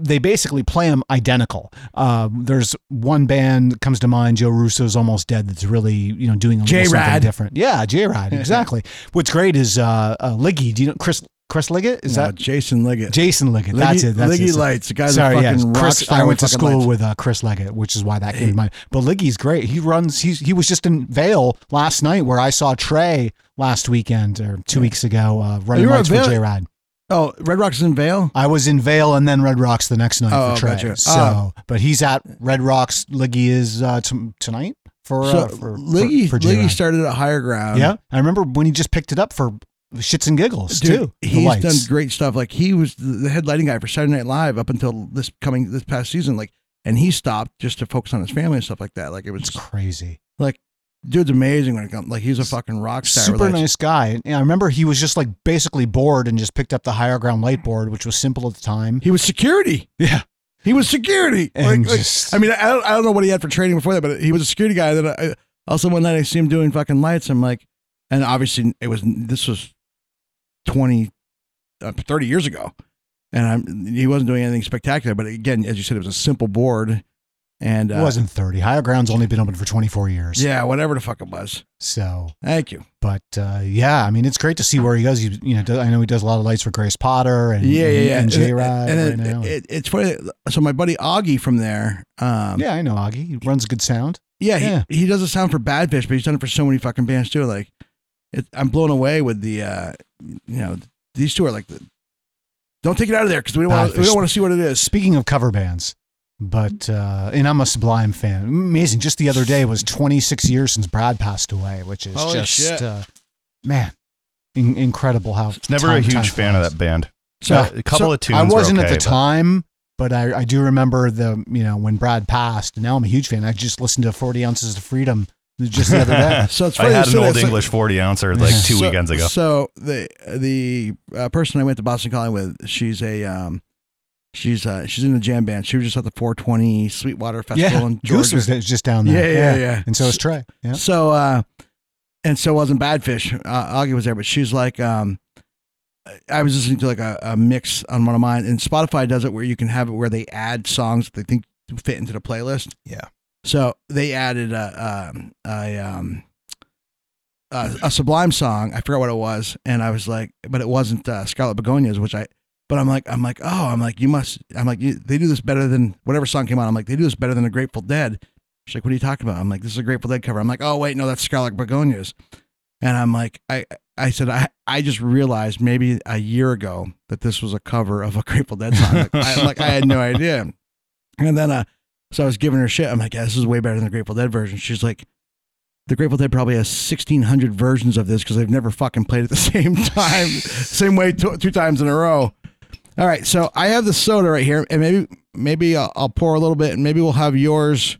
They basically play them identical. Uh, there's one band that comes to mind, Joe Russo's Almost Dead, that's really you know doing a little something
J-Rad.
different. Yeah,
<laughs>
J Ride exactly. What's great is uh, uh, Liggy. Do you know Chris Chris Liggett? Is
No,
that
Jason Liggett?
Jason Liggett. that's
Liggy-
it. That's
Liggy
it.
Lights, the guy that fucking rock
Chris,
star
I went to
with fucking
school
lights.
with uh, Chris Leggett, which is why that came to mind. But Liggy's great. He runs. He's he was just in Vale last night, where I saw Trey last weekend or two weeks ago uh, running
Oh, you were at
lights
Vale?
for J Rad.
Oh, Red Rocks in Vale.
I was in Vale and then Red Rocks the next night
Oh,
for Trey.
gotcha. Ah.
So, but he's at Red Rocks. Liggy is uh, t- tonight for,
So
uh, for
Liggy
for, for
Liggy
J-Rad.
started at Higher Ground.
yeah, I remember when he just picked it up for shits and giggles too. the
He's
lights.
done great stuff. Like he was the the head lighting guy for Saturday Night Live up until this coming this past season. Like, and he stopped just to focus on his family and stuff like that. Like it was
It's crazy.
like, dude's amazing when it comes. Like he's a fucking rock star. with
super
lights.
nice guy. And I remember he was just like basically bored and just picked up the higher ground light board, which was simple at the time.
He was security.
Yeah.
He was security.
And
Like- like,
just-
I mean, I don't, I don't know what he had for training before that, but he was a security guy. That I, also one night I see him doing fucking lights. I'm like, and obviously it was this was twenty, uh, thirty years ago, and I'm, he wasn't doing anything spectacular. But again, as you said, it was a simple board, and uh,
it wasn't 30. Higher Ground's only been open for 24 years.
Yeah, whatever the fuck it was.
So
thank you.
But uh, yeah, I mean, it's great to see where he goes. You, you know, do- I know he does a lot of lights for Grace Potter and
yeah, yeah, yeah.
and J Rod
And
right
then
now.
it, it's funny. So my buddy Augie from there. Um,
yeah, I know Augie. He runs good sound.
Yeah, He, he does a sound for Badfish, but he's done it for so many fucking bands too. Like, it, I'm blown away with the, uh, you know, these two are like, the, don't take it out of there because we don't want we don't want to see what it is.
Speaking of cover bands,
Mm-hmm.
but uh, and I'm a Sublime fan. Amazing. Just the other day was 26 years since Brad passed away, which is
Holy
just
shit.
Uh, man, in- incredible how it's
Never a huge fan of that band.
So,
a couple
so
of tunes.
I wasn't
were
at the
okay, but-
time, but I, I do remember the you know when Brad passed, and now I'm a huge fan. I just listened to 40 Ounces of Freedom just the other <laughs> day.
I had an old English 40 ouncer like
<laughs>
two
So-
weekends ago. <laughs>
So the the uh, person I went to Boston College with, she's a um, she's uh, she's in a jam band. She was just at the 420 Sweetwater Festival
yeah,
in Georgia.
Goose was just down there.
Yeah, yeah, yeah.
And so was Trey. Yeah.
So, uh, and so wasn't Badfish. Uh, Augie was there, but she's like, um, I was listening to like a, a mix on one of mine, and Spotify does it where you can have it where they add songs that they think fit into the playlist.
Yeah.
So they added a um, a, um, a, a Sublime song. I forgot what it was, and I was like, but it wasn't uh, Scarlet Begonias, which I. But I'm like, I'm like, oh, I'm like, you must. I'm like, you, they do this better than whatever song came out. I'm like, they do this better than the Grateful Dead. She's like, what are you talking about? I'm like, this is a Grateful Dead cover. I'm like, oh wait, no, that's Scarlet Begonias. And I'm like, I, I said, I, I just realized maybe a year ago that this was a cover of a Grateful Dead song. Like, I, like I had no idea. And then, uh, so I was giving her shit. I'm like, yeah, this is way better than the Grateful Dead version. She's like, the Grateful Dead probably has 1,600 versions of this because they've never fucking played it the <laughs> same time, same way two, two times in a row. All right, so I have the soda right here, and maybe maybe I'll, I'll pour a little bit, and maybe we'll have yours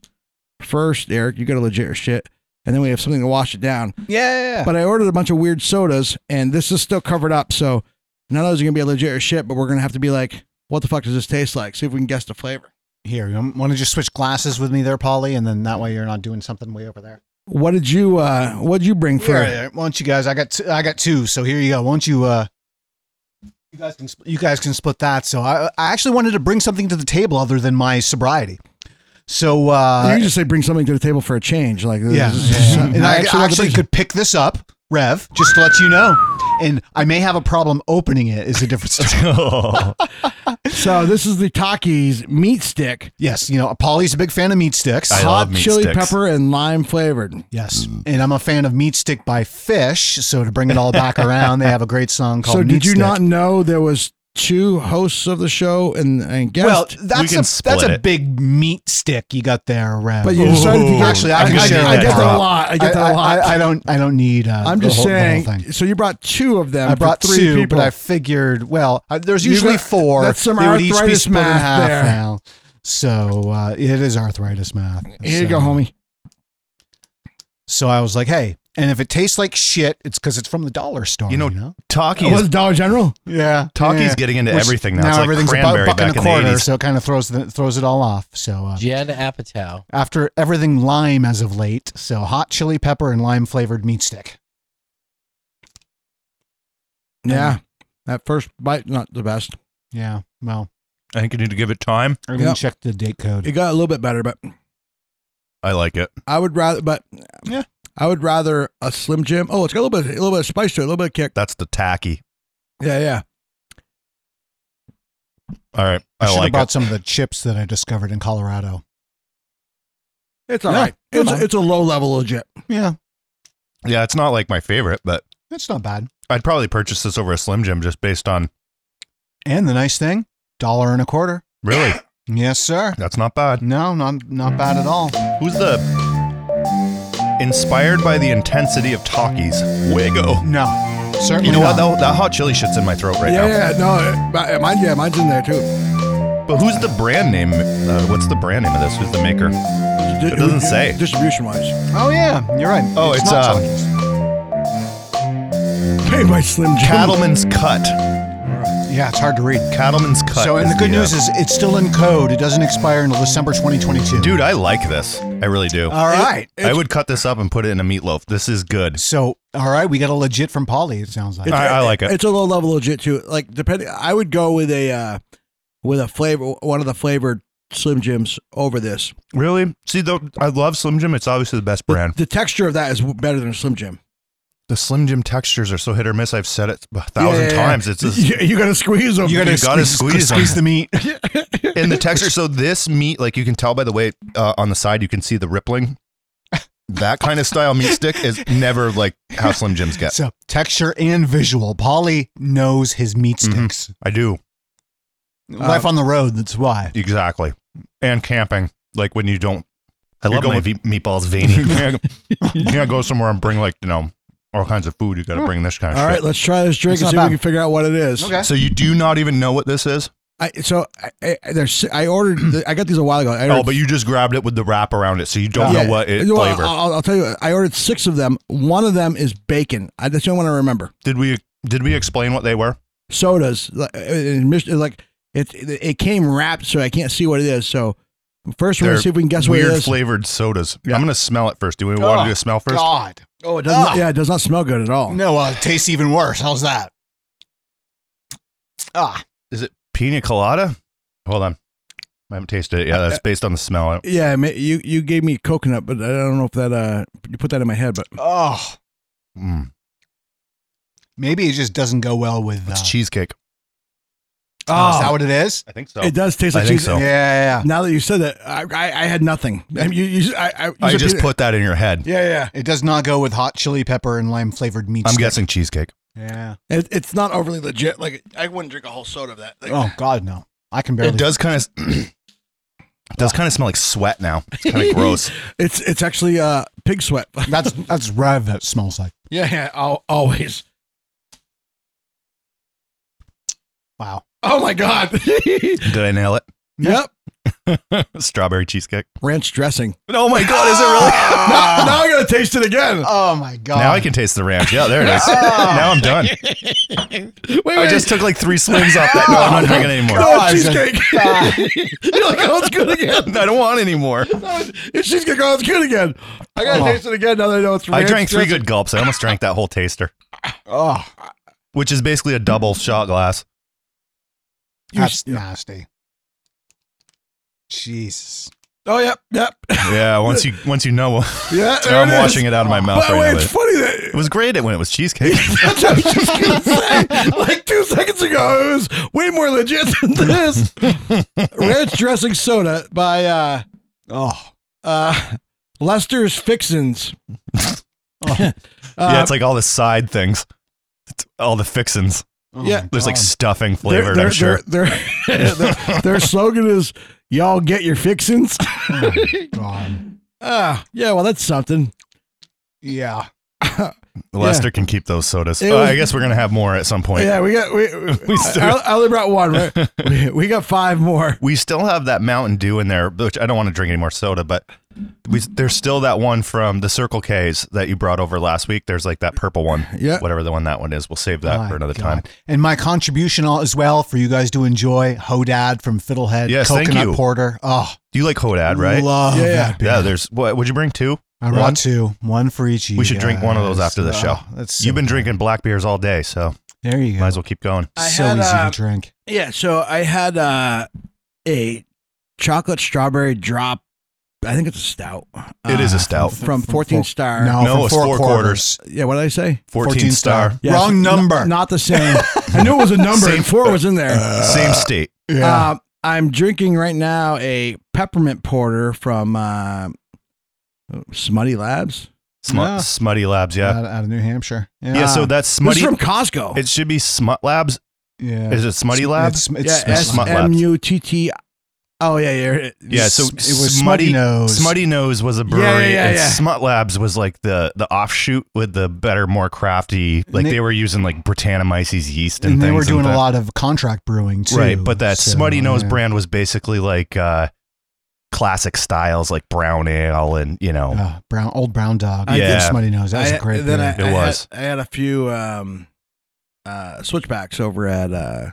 first, Eric. You got to legit your shit, and then we have something to wash it down.
Yeah.
But I ordered a bunch of weird sodas, and this is still covered up. So none of those are gonna be a legit or shit, but we're gonna have to be like, what the fuck does this taste like? See if we can guess the flavor.
Here, you want to just switch glasses with me there, Polly, and then that way you're not doing something way over there.
What did you uh What did you bring for?
Here, here, why don't you guys? I got t- I got two, so here you go. Why don't you? Uh, you guys can sp- you guys can split that. So I I actually wanted to bring something to the table other than my sobriety. So uh,
you can just say bring something to the table for a change, like this <laughs>
yeah,
is-
and I actually, could pick this up, Rev, just to let you know. And I may have a problem opening it. Is a
<laughs>
different story.
so this is the Takis meat stick.
Yes, you know, Polly's a big fan of meat sticks.
I love Hot meat chili sticks. pepper and lime flavored.
Yes, and I'm a fan of meat stick by Fish. So to bring it all
<laughs>
back around, they have a great song called.
So
meat
did you
stick.
not know there was two hosts of the show and and guests?
Well, that's a that's a big meat stick you got there, Rev.
But you decided to get-
Oh. actually I
I-
can
I-
share
I
that
get that
crop.
a lot. I get that a lot.
I, I don't I don't need. Uh,
I'm
the
just
whole- the whole
saying.
thing.
So you brought two of them.
I
for
brought
three
two,
people.
but I figured. Well, I, there's
You
usually
got-
four.
that's some
They would each be
arthritis
split in
math
half
there.
Now. So uh, it is arthritis math.
Here you
So-
go, homie.
So I was like, hey, and if it tastes like shit, it's because it's from the dollar store. You know,
Talkie
Oh, was Dollar General?
Yeah,
Talkie's
yeah.
getting into everything now.
Now
It's like
everything's about
cranberry
a buck
back
and a
in the
quarter,
80s.
so it kind of throws the, throws it all off. So uh,
Jed Apatow.
after everything lime as of late, so hot chili pepper and lime flavored meat stick.
Yeah, that first bite not the best.
Yeah, well,
I think you need to give it time.
I didn't check the date code.
It got a little bit better, but
I like it.
I would rather. But
yeah,
I would rather a Slim Jim. Oh, it's got a little bit, a little bit of spice to it, a little bit of kick.
That's the tacky.
Yeah, yeah.
All right.
I,
I
should have
like
brought
it.
some of the chips that I discovered in Colorado.
It's all
Yeah,
right.
come
It's,
on.
it's a low level legit.
Yeah,
Yeah, it's not like my favorite, but
that's not bad.
I'd probably purchase this over a Slim Jim just based on
And the nice thing, dollar and a quarter. <coughs>
really.
Yes, sir.
That's not bad.
No, not not bad at all.
Who's the inspired by the intensity of talkies? Wago.
No, certainly.
You know what
not.
though? That hot chili shit's in my throat right
yeah,
now.
yeah. No, it- but it- mine, yeah, mine's in there too.
But who's the brand name? Uh, what's the brand name of this? Who's the maker? It doesn't say.
Distribution wise.
Oh yeah, you're right.
Oh, it's,
not
uh,
Takis.
Hey, my Slim Jim.
Cattleman's Cut.
Yeah, it's hard to read.
Cattleman's Cut.
So, and
is
the good
the, uh,
news is it's still in code. It doesn't expire until December 2022.
Dude, I like this. I really do.
All right.
I would cut this up and put it in a meatloaf. This is good.
So, all right, we got a legit from Polly. It sounds like.
I, I like it.
It's a low level legit too. Like depending, I would go with a uh, with a flavor, one of the flavored Slim Jims over this.
Really? See, though, I love Slim Jim. It's obviously the best brand.
The texture of that is better than Slim Jim.
The Slim Jim textures are so hit or miss. I've said it a thousand
Yeah, yeah, yeah.
times. It's <laughs> just,
you, you gotta squeeze them.
You gotta, squeeze,
squeeze the
them.
meat.
and the texture. So this meat, like you can tell by the way uh, on the side, you can see the <laughs> rippling. That kind of style meat stick is never like how Slim Jims get.
So, texture and visual. Polly knows his meat sticks.
<laughs> I do
Life on the road. That's why.
exactly, and camping like when you don't.
I
you're
love
going
my
with-
ve-
<laughs>
meatballs
you
veiny.
can't, you can't go somewhere and bring like you know all kinds of food. You got to bring this kind
All
of shit.
right, let's try this drink
It's
and
not
see if
bad.
we can figure out what it is.
So you do not even know what this is?
I, so I, I, there's, I ordered. I got these a while ago. I
Oh,
ordered
but you just grabbed it with the wrap around it, so you don't know what it,
Well,
flavor.
I'll, I'll tell you. I ordered six of them. One of them is bacon. I just don't want to remember.
Did we did we explain what they were?
Sodas, like, uh, in Mich- like it, it came wrapped, so I can't see what it is. So first, we're
They're
gonna see if we can guess what
weird
it is.
flavored sodas. I'm gonna smell it first. Do we want to do a smell first?
God. Oh, it
Does not- yeah, it does not smell good at all.
No, well, it tastes even worse. How's that? Ah,
Is it pina colada? Hold on, I haven't tasted it. Yeah, that's based on the smell.
Yeah, I mean, you you gave me coconut, but I don't know if that uh you put that in my head, but
oh.
Mm.
Maybe it just doesn't go well with. Uh,
It's cheesecake.
oh, is
Oh.
that what it is?
I think so.
it does taste
I
like
think
cheese.
so.
Yeah, yeah, yeah.
Now that you said that, I I, I had nothing. I, mean, you, you, I, I, you
I
said
just
peanut-
put that in your head.
Yeah, yeah.
It does not go with hot chili pepper and lime flavored meat.
I'm
stick.
guessing cheesecake.
Yeah.
It, it's not overly legit. Like I wouldn't drink a whole soda of that. Like,
Oh God, no. I can barely.
It does kind <clears throat> of does kind of smell like sweat now. It's kind <laughs> of gross.
It's it's actually uh pig sweat.
That's that's rev that smells like.
yeah, yeah. I'll, always.
Wow.
Oh my god. <laughs>
Did I nail it?
yep.
<laughs> Strawberry cheesecake.
Ranch dressing.
Oh my god, is it really? <laughs>
now, now I gotta taste it again.
Oh my God.
Now I can taste the ranch. Yeah, there it is. now I'm done.
<laughs> Wait, wait.
I just took like three slings off that. No, I'm <laughs> not drinking anymore.
no,
God.
it's <laughs> cheesecake. You're like, oh, it's good <laughs> again.
I don't want anymore.
It's cheesecake. Oh, it's good again. I gotta
Oh.
taste it again now that I know it's.
I
Ranch
drank three
dressing.
good gulps. I almost drank that whole taster,
Oh,
which is basically a double shot glass.
that's nasty. Jesus.
Oh yep, yep, <laughs>
Yeah, once you once you <laughs> know,
yeah. there
I'm
it is.
washing it out of my mouth
By the way,
right now.
it's
but
funny
It
that.
was great when it was <laughs> cheesecake.
That's what <laughs> I was just gonna say. Like two seconds ago, it was way more legit than this. Ranch dressing soda by uh,
Oh.
uh, Lester's
<laughs>
Fixins. Oh. Uh,
yeah, it's like all the side things, it's all the fixins.
Oh,
Yeah.
There's like
God.
stuffing
Their-
flavored.
their,
I'm sure.
Their, their, their- <laughs> their slogan is "Y'all get your fixins."
God.
Ah, yeah. Well, that's something.
Yeah.
Lester can keep those sodas.
It
Uh,
was-
I guess we're gonna have more at some point.
Yeah, we got we.
<laughs> We
we
still-
I, I only brought one. Right?
<laughs>
we, we got five more.
We still have that Mountain Dew in there, which I don't want to drink any more soda, but we, there's still that one from the Circle K's that you brought over last week. There's like that purple one,
Yeah.
whatever the one that one is. We'll save that
My
for another
God.
time.
And my contribution all- as well for you guys to enjoy Hodad from Fiddlehead
Yes, thank
Coconut
you.
Porter. Oh,
You like Hodad, right?
love
Yeah, yeah.
that beer.
yeah, there's what would you bring two?
I
One?
brought two, one for each. of
We
you
should drink one of those
guys.
after the show.
Oh, that's
You've
so
been
good.
drinking black beers all day, so
There you go.
might as well keep going.
I
so
had,
easy
uh,
to drink.
Yeah, so I had uh, a chocolate strawberry drop. I think it's a stout.
It is a
Uh,
stout.
from 14
Four-
star.
No,
from
it's four quarters.
Yeah, what did I say?
14,
14
star.
star. Wrong
n-
number.
not the
<laughs>
same. I knew it was a number.
Same- uh,
and four was in there.
Uh,
Same state.
Yeah.
Um, I'm drinking right now a peppermint porter from uh, Smutty Labs.
Smu-
Yeah.
Smutty Labs, yeah.
Out, out of New Hampshire. Yeah.
yeah, so
Ah.
that's
This
Smutty.
is from Costco.
it should be Smut Labs.
yeah.
Is it Smutty
It's-
Labs?
It's,
yeah,
it's
S
Smut Labs.
M U T T. Oh yeah, yeah.
Yeah, so
It was
Smutty
Smutty Nose.
Smutty Nose was a
Yeah,
brewery,
yeah, yeah,
and
yeah.
Smut Labs was like the the offshoot with the better, more crafty. Like
they-
they, were using like Britannomyces yeast and,
and they
things
were doing
and
a
that.
lot of contract brewing too.
right? But that
so,
Smutty Nose
yeah.
brand was basically like uh, classic styles, like brown ale, and you know,
Uh, brown old brown dog.
I
Yeah,
did-
Smutty Nose. That's
I-
a great.
Then
beer.
I,
It
I
was.
Had, I had a few um, uh, switchbacks over at uh,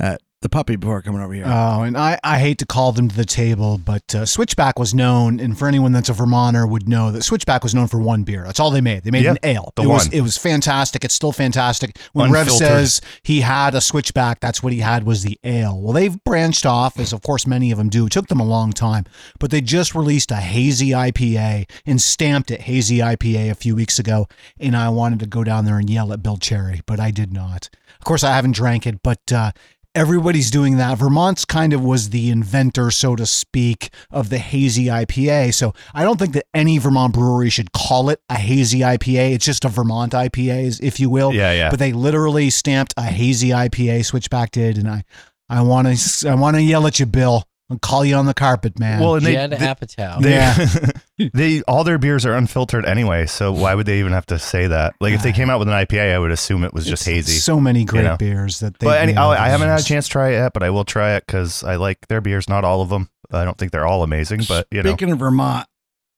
uh, the puppy before coming over here.
Oh, and I, I hate to call them to the table, but uh, Switchback was known, and for anyone that's a Vermonter would know that Switchback was known for one beer. That's all they made. They made
Yeah,
an ale.
the
it was
one.
it was fantastic. It's still fantastic. When Rev
Unfiltered.
says he had a Switchback, that's what he had was the ale. Well, they've branched off, as of course many of them do. It took them a long time, but they just released a hazy IPA and stamped it hazy IPA a few weeks ago, and I wanted to go down there and yell at Bill Cherry, but I did not. Of course, I haven't drank it, but uh, everybody's doing that. Vermont's kind of was the inventor, so to speak, of the hazy IPA. So I don't think that any Vermont brewery should call it a hazy IPA. It's just a Vermont IPA, if you will.
Yeah, yeah.
But they literally stamped a hazy IPA. Switchback did, and I, I want to, I want to yell at you, Bill, and call you on the carpet, man.
Well, and they, they, They, <laughs> they all their beers are unfiltered anyway, so why would they even have to say that? Like if they came out with an IPA, I would assume it was just hazy.
so many
you
great
know?
beers that they.
But any, oh,
made.
I, I haven't had a chance to try it yet, but I will try it because I like their beers. Not all of them. I don't think they're all amazing, but you know,
Speaking of Vermont,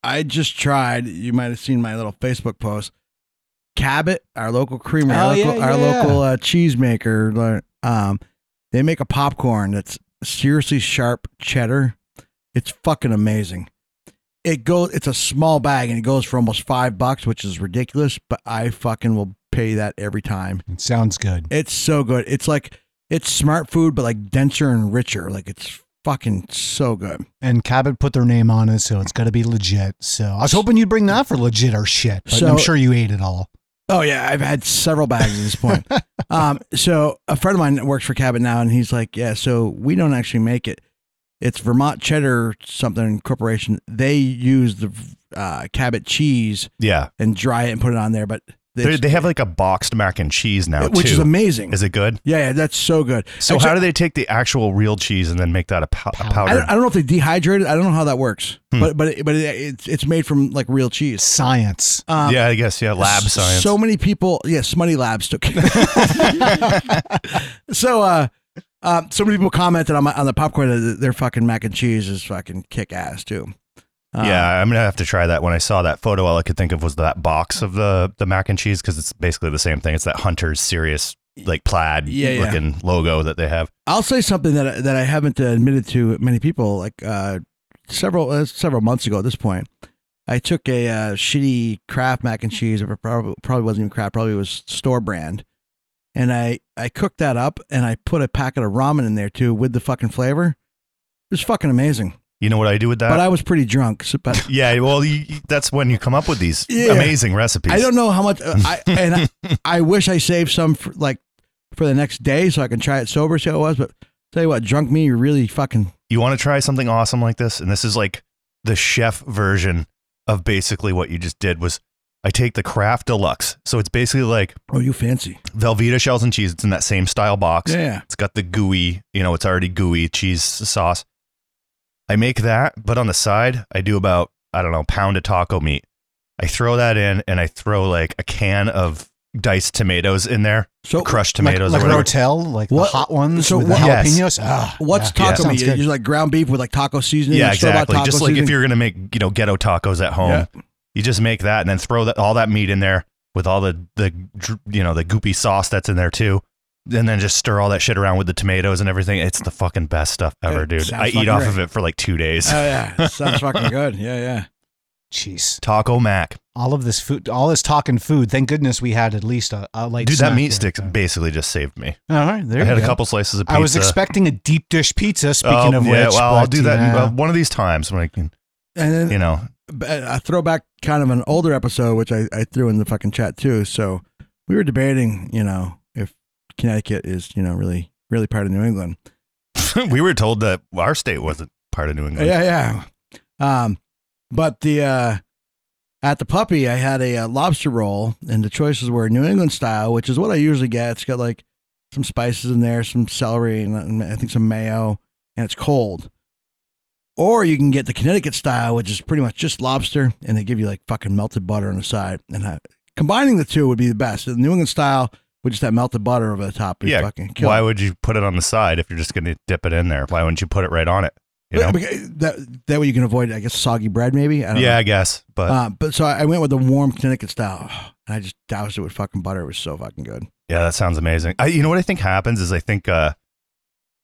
I just tried. You might have seen my little Facebook post. Cabot, our local creamer,
Oh,
our local,
yeah,
our
yeah.
local uh, cheese maker, um, they make a popcorn that's seriously sharp cheddar. It's fucking amazing. It goes. It's a small bag and it goes for almost five bucks, which is ridiculous. But I fucking will pay that every time.
It sounds good.
It's so good. It's like it's smart food, but like denser and richer. Like it's fucking so good.
And Cabot put their name on it, so it's got to be legit. So I was hoping you'd bring that for legit or shit, but I'm
So-
sure you ate it all.
Oh yeah, I've had several bags at this
<laughs>
point. um, so a friend of mine that works for Cabot now, and he's like, "Yeah, so we don't actually make it. It's Vermont Cheddar something Corporation. They use the uh, Cabot cheese,
Yeah.
and dry it and put it on there. But
they,
it's-
they have like a boxed mac and cheese now,
Which
too.
is amazing.
Is it good?
yeah, yeah, that's so good.
So
Actually,
how do they take the actual real cheese and then make that a, pow- a
I
powder?
don't, I don't know if they dehydrate it. I don't know how that works,
Hmm.
but but it, but it, it's it's made from like real cheese.
Science.
Um,
yeah, I guess. Yeah, lab
s-
science.
So many people, yeah, Smutty Labs took. <laughs> so, uh, uh, so many people commented on my, on the popcorn that their fucking mac and cheese is fucking kick ass too. Uh,
yeah, I'm gonna have to try that. When I saw that photo, all I could think of was that box of the the mac and cheese because it's basically the same thing. It's that Hunter's serious like plaid
Yeah, yeah.
looking logo that they have.
I'll say something that that I haven't admitted to many people. Like uh, several uh, several months ago, at this point, I took a uh, shitty Kraft mac and cheese. It probably probably wasn't even Kraft. Probably was store brand. And I I cooked that up and I put a packet of ramen in there too with the fucking flavor. It was fucking amazing.
You know what I do with that?
but I was pretty drunk. So,
<laughs>
but
yeah, well, you, you- that's when you come up with these
Yeah.
amazing recipes.
I don't know how much. Uh, I and I, I wish I saved some for, like for the next day so I can try it sober. See how it was. But tell you what, drunk me really fucking.
You want to try something awesome like this, and this is like the chef version of basically what you just did. Was I take the Kraft Deluxe? So it's basically like
Oh, you fancy?
Velveeta shells and cheese. It's in that same style box.
Yeah.
It's got the gooey, you know, it's already gooey cheese sauce. I make that, but on the side, I do about, I don't know, pound of taco meat. I throw that in and I throw like a can of diced tomatoes in there.
So
crushed
Like-
tomatoes
like,
or whatever.
Rotel, like
What-
the hot ones
So
with
what-
the
Yes.
jalapenos. Ah,
What's
Yeah.
taco
Sounds
meat?
good.
You like ground beef with like taco seasoning.
Yeah,
You still about
exactly.
taco
Just like if
seasoning?
you're gonna make, you know, ghetto tacos at home,
Yeah.
you just make that and then throw that all that meat in there with all the the dr- you know the goopy sauce that's in there too, and then just stir all that shit around with the tomatoes and everything. It's the fucking best stuff ever, dude.
sounds
I eat
fucking
off
great.
of it for like two days.
Uh,
Oh
<laughs>
yeah, sounds fucking good. Yeah, yeah.
Jeez,
Taco Mac,
all of this food, all this talking food. Thank goodness we had at least a, a light.
dude. That
snack
meat
there.
stick basically just saved me.
All right, there
I
you
had a
go.
couple slices of pizza.
I was expecting a deep dish pizza. Speaking
Oh,
of
yeah,
which,
well, I'll
but,
do that
yeah.
uh, one of these times when I can,
And then
you know.
b- a throwback kind of an older episode, which I, I threw in the fucking chat too. So we were debating, you know, if Connecticut is, you know, really, really part of New England.
Uh,
<laughs> we were told that our state wasn't part of New England.
Oh, Yeah, yeah. Um, but the uh, at the puppy, I had a, uh lobster roll, and the choices were New England style, which is what I usually get. It's got like some spices in there, some celery, and, and I think some mayo, and it's cold. Or you can get the Connecticut style, which is pretty much just lobster, and they give you like fucking melted butter on the side. And I, combining the two would be the best. The New England style would just that melted butter over the top. would
yeah.
fucking kill
Why
it.
would you put it on the side if you're just going to dip it in there? Why wouldn't you put it right on it? You
But-
know?
but that that way you can avoid, I guess, soggy bread maybe. I don't
yeah,
know.
I guess. But
Uh, but so I I went with the warm Connecticut style, and I just doused it with fucking butter. It was so fucking good.
yeah, that sounds amazing. I, you know what I think happens is I think uh,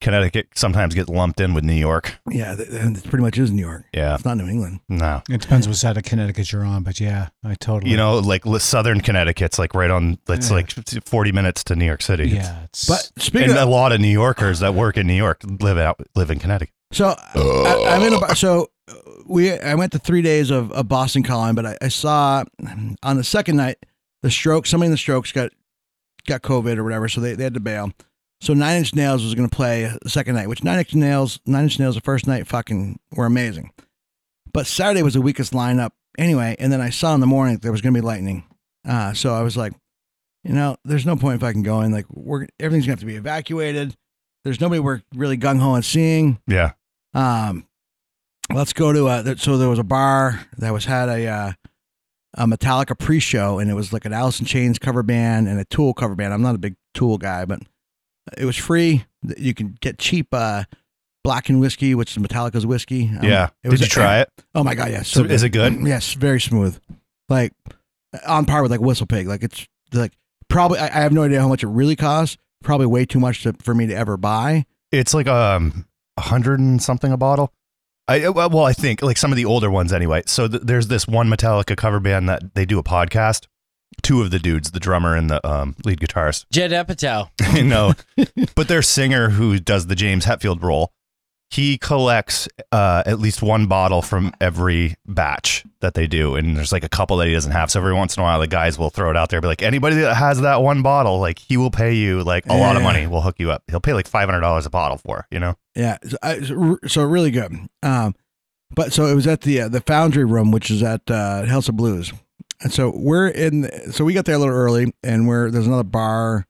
Connecticut sometimes gets lumped in with New York.
Yeah, th- and it pretty much is New York.
Yeah.
It's not New England.
No.
It depends what side of Connecticut you're on, but yeah, I totally.
You know, like li- Southern Connecticut's like right on, that's
Yeah.
like 40 minutes to New York City.
Yeah, it's- But
speaking
and
of-
a lot of New Yorkers that work in New York live out, live in Connecticut.
So I, I'm in a, bo- so uh, we I went to three days of, of Boston Calling, but I, I saw on the second night the stroke somebody in the strokes got got COVID or whatever, so they, they had to bail. So Nine Inch Nails was going to play the second night, which Nine Inch Nails Nine Inch Nails the first night fucking were amazing, but Saturday was the weakest lineup anyway. And then I saw in the morning there was going to be lightning, uh, so I was like, you know, there's no point if I can go in. Like we're everything's going to have to be evacuated. There's nobody we're really gung ho on seeing.
Yeah.
Um, let's go to uh th- so there was a bar that was had a uh, a Metallica pre-show and it was like an Alice in Chains cover band and a Tool cover band. I'm not a big Tool guy, but it was free. Th- You can get cheap uh black and whiskey, which is Metallica's whiskey. Um,
yeah. Did you try it?
Oh my god, yes.
So is it good?
Yes, very smooth. Like on par with like Whistle Pig. Like it's like probably I, I have no idea how much it really costs. Probably way too much to, for me to ever buy.
It's like um a hundred and something a bottle. I uh, well, well, I think like some of the older ones anyway. So th- there's this one Metallica cover band that they do a podcast. Two of the dudes, the drummer and the um, lead guitarist, <laughs>
Jed Apatow.
no, but their singer who does the James Hetfield role, he collects uh, at least one bottle from every batch that they do, and there's like a couple that he doesn't have. So every once in a while, the guys will throw it out there, be like, anybody that has that one bottle, like he will pay you like a lot of
Yeah.
money. We'll hook you up. He'll pay like five hundred dollars a bottle for, it, you know.
Yeah, so, I, so r- so really good. Um, but so it was at the uh, the Foundry Room, which is at uh, House of Blues, and so we're in. So we got there a little early, and we're there's another bar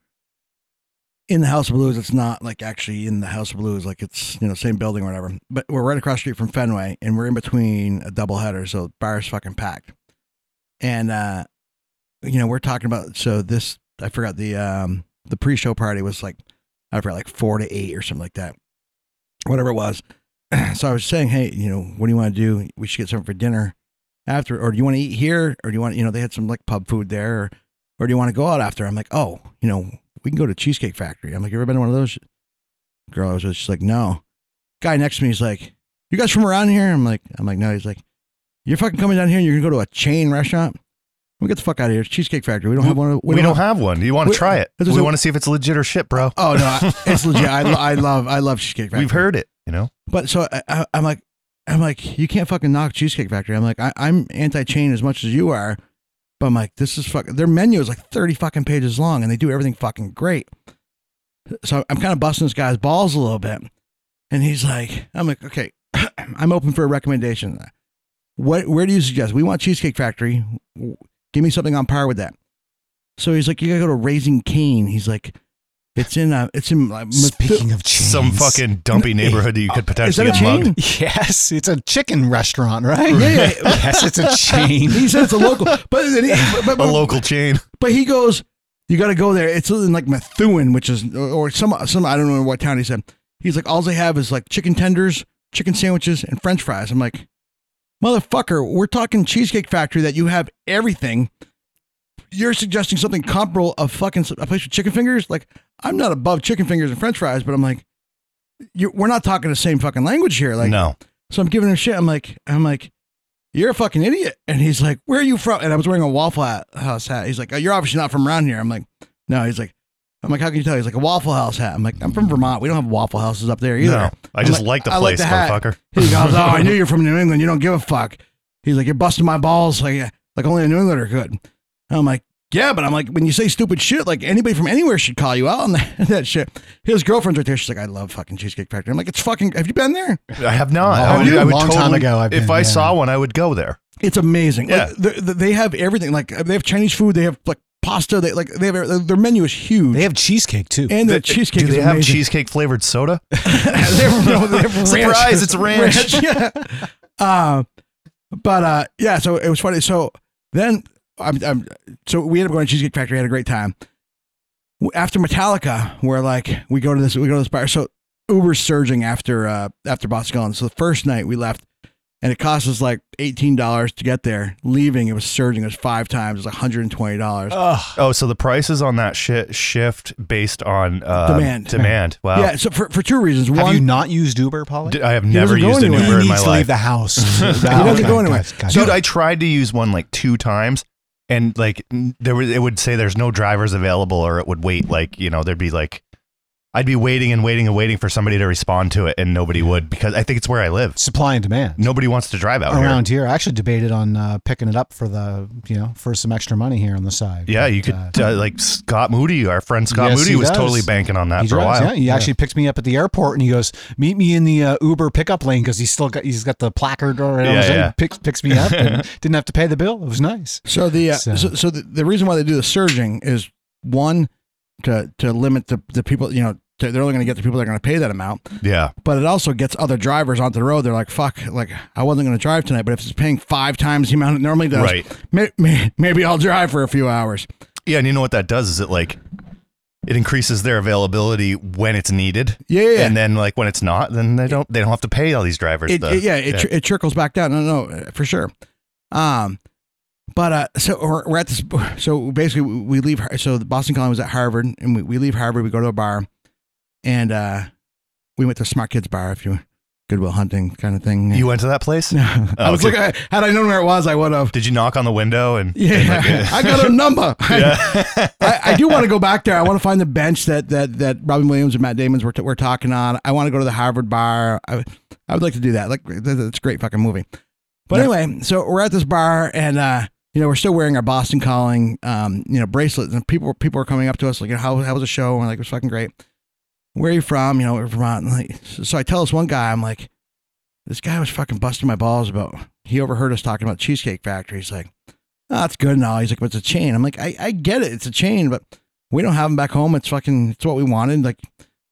in the House of Blues. It's not like actually in the House of Blues, like it's you know same building or whatever. But we're right across the street from Fenway, and we're in between a doubleheader, so the bar's fucking packed. And uh, you know we're talking about so this I forgot the um the pre-show party was like I forgot like four to eight or something like that whatever it was. <clears throat> so I was saying, hey, you know, what do you want to do? We should get something for dinner after, or do you want to eat here, or do you want, you know, they had some like pub food there, or, or do you want to go out after? I'm like, oh, you know, we can go to Cheesecake Factory. I'm like, you ever been to one of those? Girl, I was with, she's like, no. Guy next to me is like, you guys from around here? I'm like, I'm like, no. He's like, you're fucking coming down here and you're gonna go to a chain restaurant. We get the fuck out of here. It's Cheesecake Factory. We don't have one. of-
We, don't have one. Do you want
We-
to try it?
That's
We
what-
want to see if it's legit or shit, bro.
Oh no, I- it's legit. I, lo- I love I love Cheesecake Factory.
<laughs> We've heard it, you know.
But so I, I, I'm like, I'm like, you can't fucking knock Cheesecake Factory. I'm like, I, I'm anti-chain as much as you are, but I'm like, this is fucking. Their menu is like 30 fucking pages long, and they do everything fucking great. So I'm kind of busting this guy's balls a little bit, and he's like, I'm like, okay, <clears throat> I'm open for a recommendation. What? Where do you suggest? We want Cheesecake Factory. W- Give me something on par with that. So he's like, you gotta go to Raising Cane. He's like, it's in uh, it's in like,
Speaking of chains,
Some fucking dumpy neighborhood that you could potentially
a
get mugged.
Yes, it's a chicken restaurant, right?
Yeah, yeah.
<laughs> yes, it's a chain.
he said it's a local, but then he, but, but,
A local chain.
but he goes, you got to go there. It's in like Methuen, which is or some some I don't know what town he said. He's like, all they have is like chicken tenders, chicken sandwiches, and French fries. I'm like, motherfucker, we're talking Cheesecake Factory that you have everything. You're suggesting something comparable of fucking s- a place with chicken fingers? Like, I'm not above chicken fingers and French fries, but I'm like, you're, we're not talking the same fucking language here. Like,
No.
so I'm giving him shit. I'm like, I'm like, you're a fucking idiot. And he's like, where are you from? And I was wearing a Waffle Hat- House hat. He's like, oh, you're obviously not from around here. I'm like, no. He's like, I'm like, how can you tell? He's like, a Waffle House hat. I'm like, I'm from Vermont. We don't have Waffle Houses up there either.
No. I
I'm
just like the place,
hat."
motherfucker.
He goes, oh, I knew you're from New England. You don't give a fuck. He's like, you're busting my balls like like only a New Englander could. I'm like, yeah, but I'm like, when you say stupid shit, like anybody from anywhere should call you out on <laughs> that, that shit. His girlfriend's right there. She's like, I love fucking Cheesecake Factory. I'm like, it's fucking. Have you been there?
<laughs> I have not.
Have
I would,
you?
I would
Long time
totally-
ago I've
if
been,
I
yeah.
saw one, I would go there.
It's amazing.
Yeah.
Like, they- they- they have everything. Like they have Chinese food. They have like pasta. They like they have every- their menu is huge. They
have cheesecake too.
And their
Th-
cheesecake.
Do they
is
have
amazing. <laughs>
cheesecake flavored soda? <laughs>
they have, no, they have ranch.
Surprise, it's ranch.
yeah. Uh, but uh, yeah, so it was funny. So then, I'm, I'm, so we ended up going to Cheesecake Factory. Had a great time. W- After Metallica, we're like, we go to this, we go to this bar. So Uber's surging after uh, after Boston. So the first night we left, and it cost us like eighteen dollars to get there. Leaving it was surging. It was five times. It was one hundred and twenty dollars.
Oh, so the prices on that shit shift based on uh,
Demand.
Demand. Wow.
Yeah. So for, for two reasons. One,
Have you not used Uber, Polly?
D- I have
He
never
doesn't go
used an
anywhere.
Uber
He
in my
needs
to
life.
leave
<laughs>
the house.
he
doesn't go anywhere.
Dude, I tried to use one like two times, and like n- there was, it would say there's no drivers available, or it would wait like you know there'd be like, I'd be waiting and waiting and waiting for somebody to respond to it, and nobody would because I think it's where I live.
Supply and demand.
Nobody wants to drive out here.
around here. I actually debated on uh, picking it up for the you know for some extra money here on the side.
Yeah, you could uh, like Scott Moody, our friend Scott
Yes,
Moody
he
was
does.
totally banking on that
He
for a
drives,
while.
Yeah, he actually picked me up at the airport, and he goes, "Meet me in the uh, Uber pickup lane," because he's still got he's got the placard or
Yeah, yeah.
He picks, picks me up and
<laughs>
didn't have to pay the bill. It was nice.
So the uh,
So-
so, so, the, the reason why they do the surging is one to to limit the the people you know to, they're only going to get the people that are going to pay that amount.
Yeah.
But it also gets other drivers onto the road. They're like, "Fuck! Like I wasn't going to drive tonight, but if it's paying five times the amount it normally does,
Right.
may, may, maybe I'll drive for a few hours."
Yeah, and you know what that does is it like it increases their availability when it's needed.
Yeah, yeah, yeah.
And then like when it's not, then they don't they don't have to pay all these drivers.
It,
the,
it- yeah, it, tr- it trickles back down. No, no, no, for sure. Um, but uh, so we're, we're at this. So basically, we we leave. Har- So the Boston College was at Harvard, and we, we leave Harvard. We go to a bar, and uh, we went to a Smart Kids Bar. If you Goodwill Hunting kind of thing.
You went to that place?
No. <laughs> I
Oh,
was
did-
like, I, had I known where it was, I would have.
Did you knock on the window and
<laughs>
and,
Yeah,
like, eh.
I got a
<laughs>
number. I, I do want to go back there. I want to find the bench that that that Robin Williams and Matt Damon's were, t- were talking on. I want to go to the Harvard Bar. I, would- I would like to do that. Like th- th- it's a great fucking movie. But anyway, so we're at this bar and uh, you know we're still wearing our Boston Calling um, you know bracelets and people people are coming up to us like you know, how how was the show and we're like it was fucking great. Where are you from? You know, we're from Vermont. And, like, so so I tell this one guy, I'm like, this guy was fucking busting my balls about. He overheard us talking about Cheesecake Factory. He's like, oh, that's good and all. He's like, but it's a chain. I'm like, I, I get it. It's a chain, but we don't have them back home. It's fucking, it's what we wanted. Like,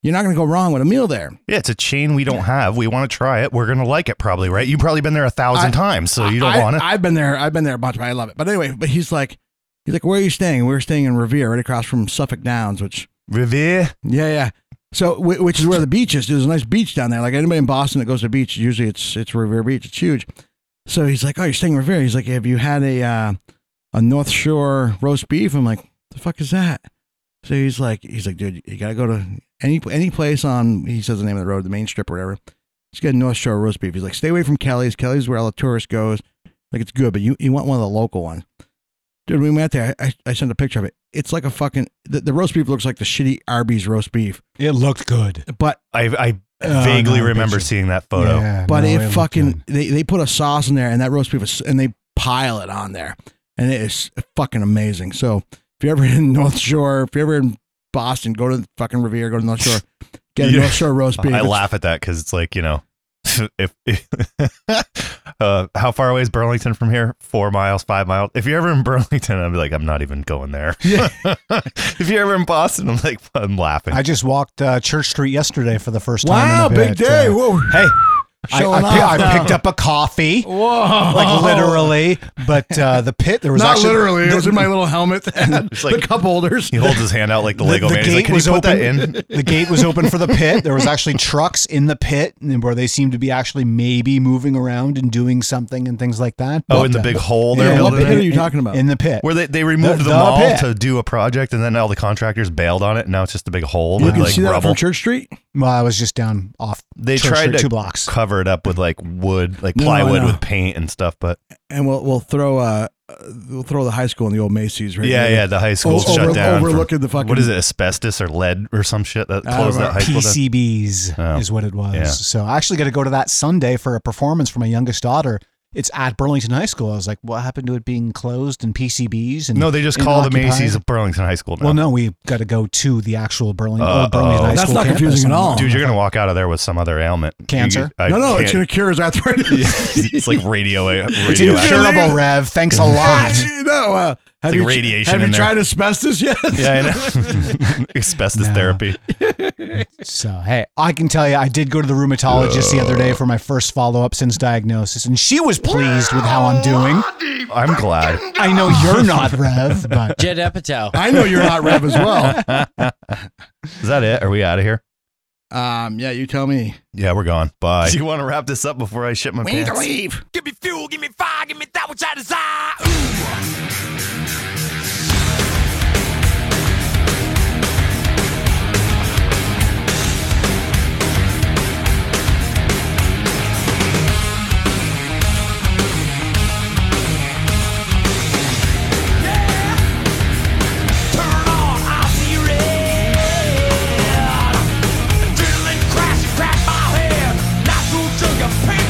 you're not going to go wrong with a meal there.
Yeah, it's a chain we don't have. We want to try it. We're gonna like it probably, right? You've probably been there a thousand times, so you don't
I,
want it.
I've been there. I've been there a bunch, but I love it. But anyway, but he's like, he's like, where are you staying? We were staying in Revere, right across from Suffolk Downs, which
Revere.
Yeah, yeah. So, whi- which is where the beach is. There's a nice beach down there. Like anybody in Boston that goes to the beach, usually it's it's Revere Beach. It's huge. So he's like, "Oh, you're staying in Revere." He's like, "Have you had a uh, a North Shore roast beef?" I'm like, "The fuck is that?" So he's like, "He's like, dude, you gotta go to any any place on." He says the name of the road, the main strip or whatever. Let's get a North Shore roast beef. He's like, "Stay away from Kelly's. Kelly's where all the tourists goes. Like it's good, but you you want one of the local ones." Dude, when we went there, I, I sent a picture of it. It's like a fucking the, the roast beef looks like the shitty Arby's roast beef.
It looked good,
but
I
Oh,
I vaguely
no,
remember
bitches.
seeing that photo.
but
no, it
it
looked
fucking they, they put a sauce in there and that roast beef is, and they pile it on there and it is fucking amazing. So if you're ever in <laughs> North Shore, if you're ever in Boston, go to fucking Revere, go to North
<laughs>
Shore, get a
Yeah.
North Shore roast beef.
I
It's-
laugh at that because it's like you know, <laughs> if, <laughs> uh, how far away is Burlington from here? Four miles, five miles. If you're ever in <laughs> Burlington, I'd be like, I'm not even going there. Yeah. <laughs> if you're ever in Boston, I'm like, I'm laughing.
I just walked uh, Church Street yesterday for the first time.
Wow,
in a
big
bit.
day.
Uh,
Whoa.
Hey. I, I,
Showing
pick-
off
I
now.
picked up a coffee,
Whoa.
like
<laughs>
literally. But uh, the pit there was
Oh. Not
actually,
literally. It was
<laughs>
in my little helmet.
It's
<laughs>
like-
the cup
<laughs>
holders.
he holds his hand out like the Lego man. He's like, Can you put that in?
<laughs> The gate was open for the pit. There was actually trucks in the pit, and where they seemed to be actually maybe moving around and doing something and things like that.
Oh,
But,
in the
uh,
big hole they're
yeah,
building
in-
it?
in- In the pit,
Where they, they removed
The-
the,
the
mall
pit.
to do a project, and then all the contractors bailed on it. And now it's just a big hole
You
with
can
like
see that from
rubble.
Church Street.
Well, I was just down off.
They
Church
tried
Street,
to
two blocks.
<laughs> cover it up with like wood, like
No, no, I
plywood
know.
with paint and stuff, but
and we'll we'll throw uh uh, we'll throw the high school in the old Macy's right
Yeah,
there.
yeah, the high school
O-
shut
over-
down. for-
overlooking the fucking
What is it, asbestos or lead or some shit that
I
closed
don't
that high school? down?
PCBs
Oh.
is what it was.
Yeah.
So I actually got to go to that Sunday for a performance for my youngest daughter. It's at Burlington High School. I was like, what happened to it being closed and PCBs? And
No, they just call the
inoccupied?
Macy's of Burlington High School now.
Well, no, we got to go to the actual Burlington,
Uh,
old Burlington
oh.
High School. campus and-
Dude, you're going to walk out of there with some other ailment.
Cancer?
You- I
no, no, it's
can't-
gonna cure his
<laughs>
arthritis. <laughs>
it's like radio.
It's
radio
incurable, Rev. Thanks
<laughs>
a lot.
no, uh, have
like
you
radiation
Have you
in there.
tried asbestos yet? <laughs>
yeah, I know. <laughs> asbestos therapy.
So hey, I can tell you, I did go to the rheumatologist the other day for my first follow up since diagnosis, and she was pleased with how I'm doing.
I'm glad.
I know you're not, Rev, but
Jed Apatow.
<laughs>
I know you're not Rev as well.
Is that it? Are we out of here?
Um, yeah, you tell me.
Yeah, we're gone. Bye. Do <laughs> you want to wrap this up before I shit my
We need
pants?
to leave.
Give me fuel, give me fire, give me that which I desire. Adrenaline crash, crack my head. Not through junk, I'm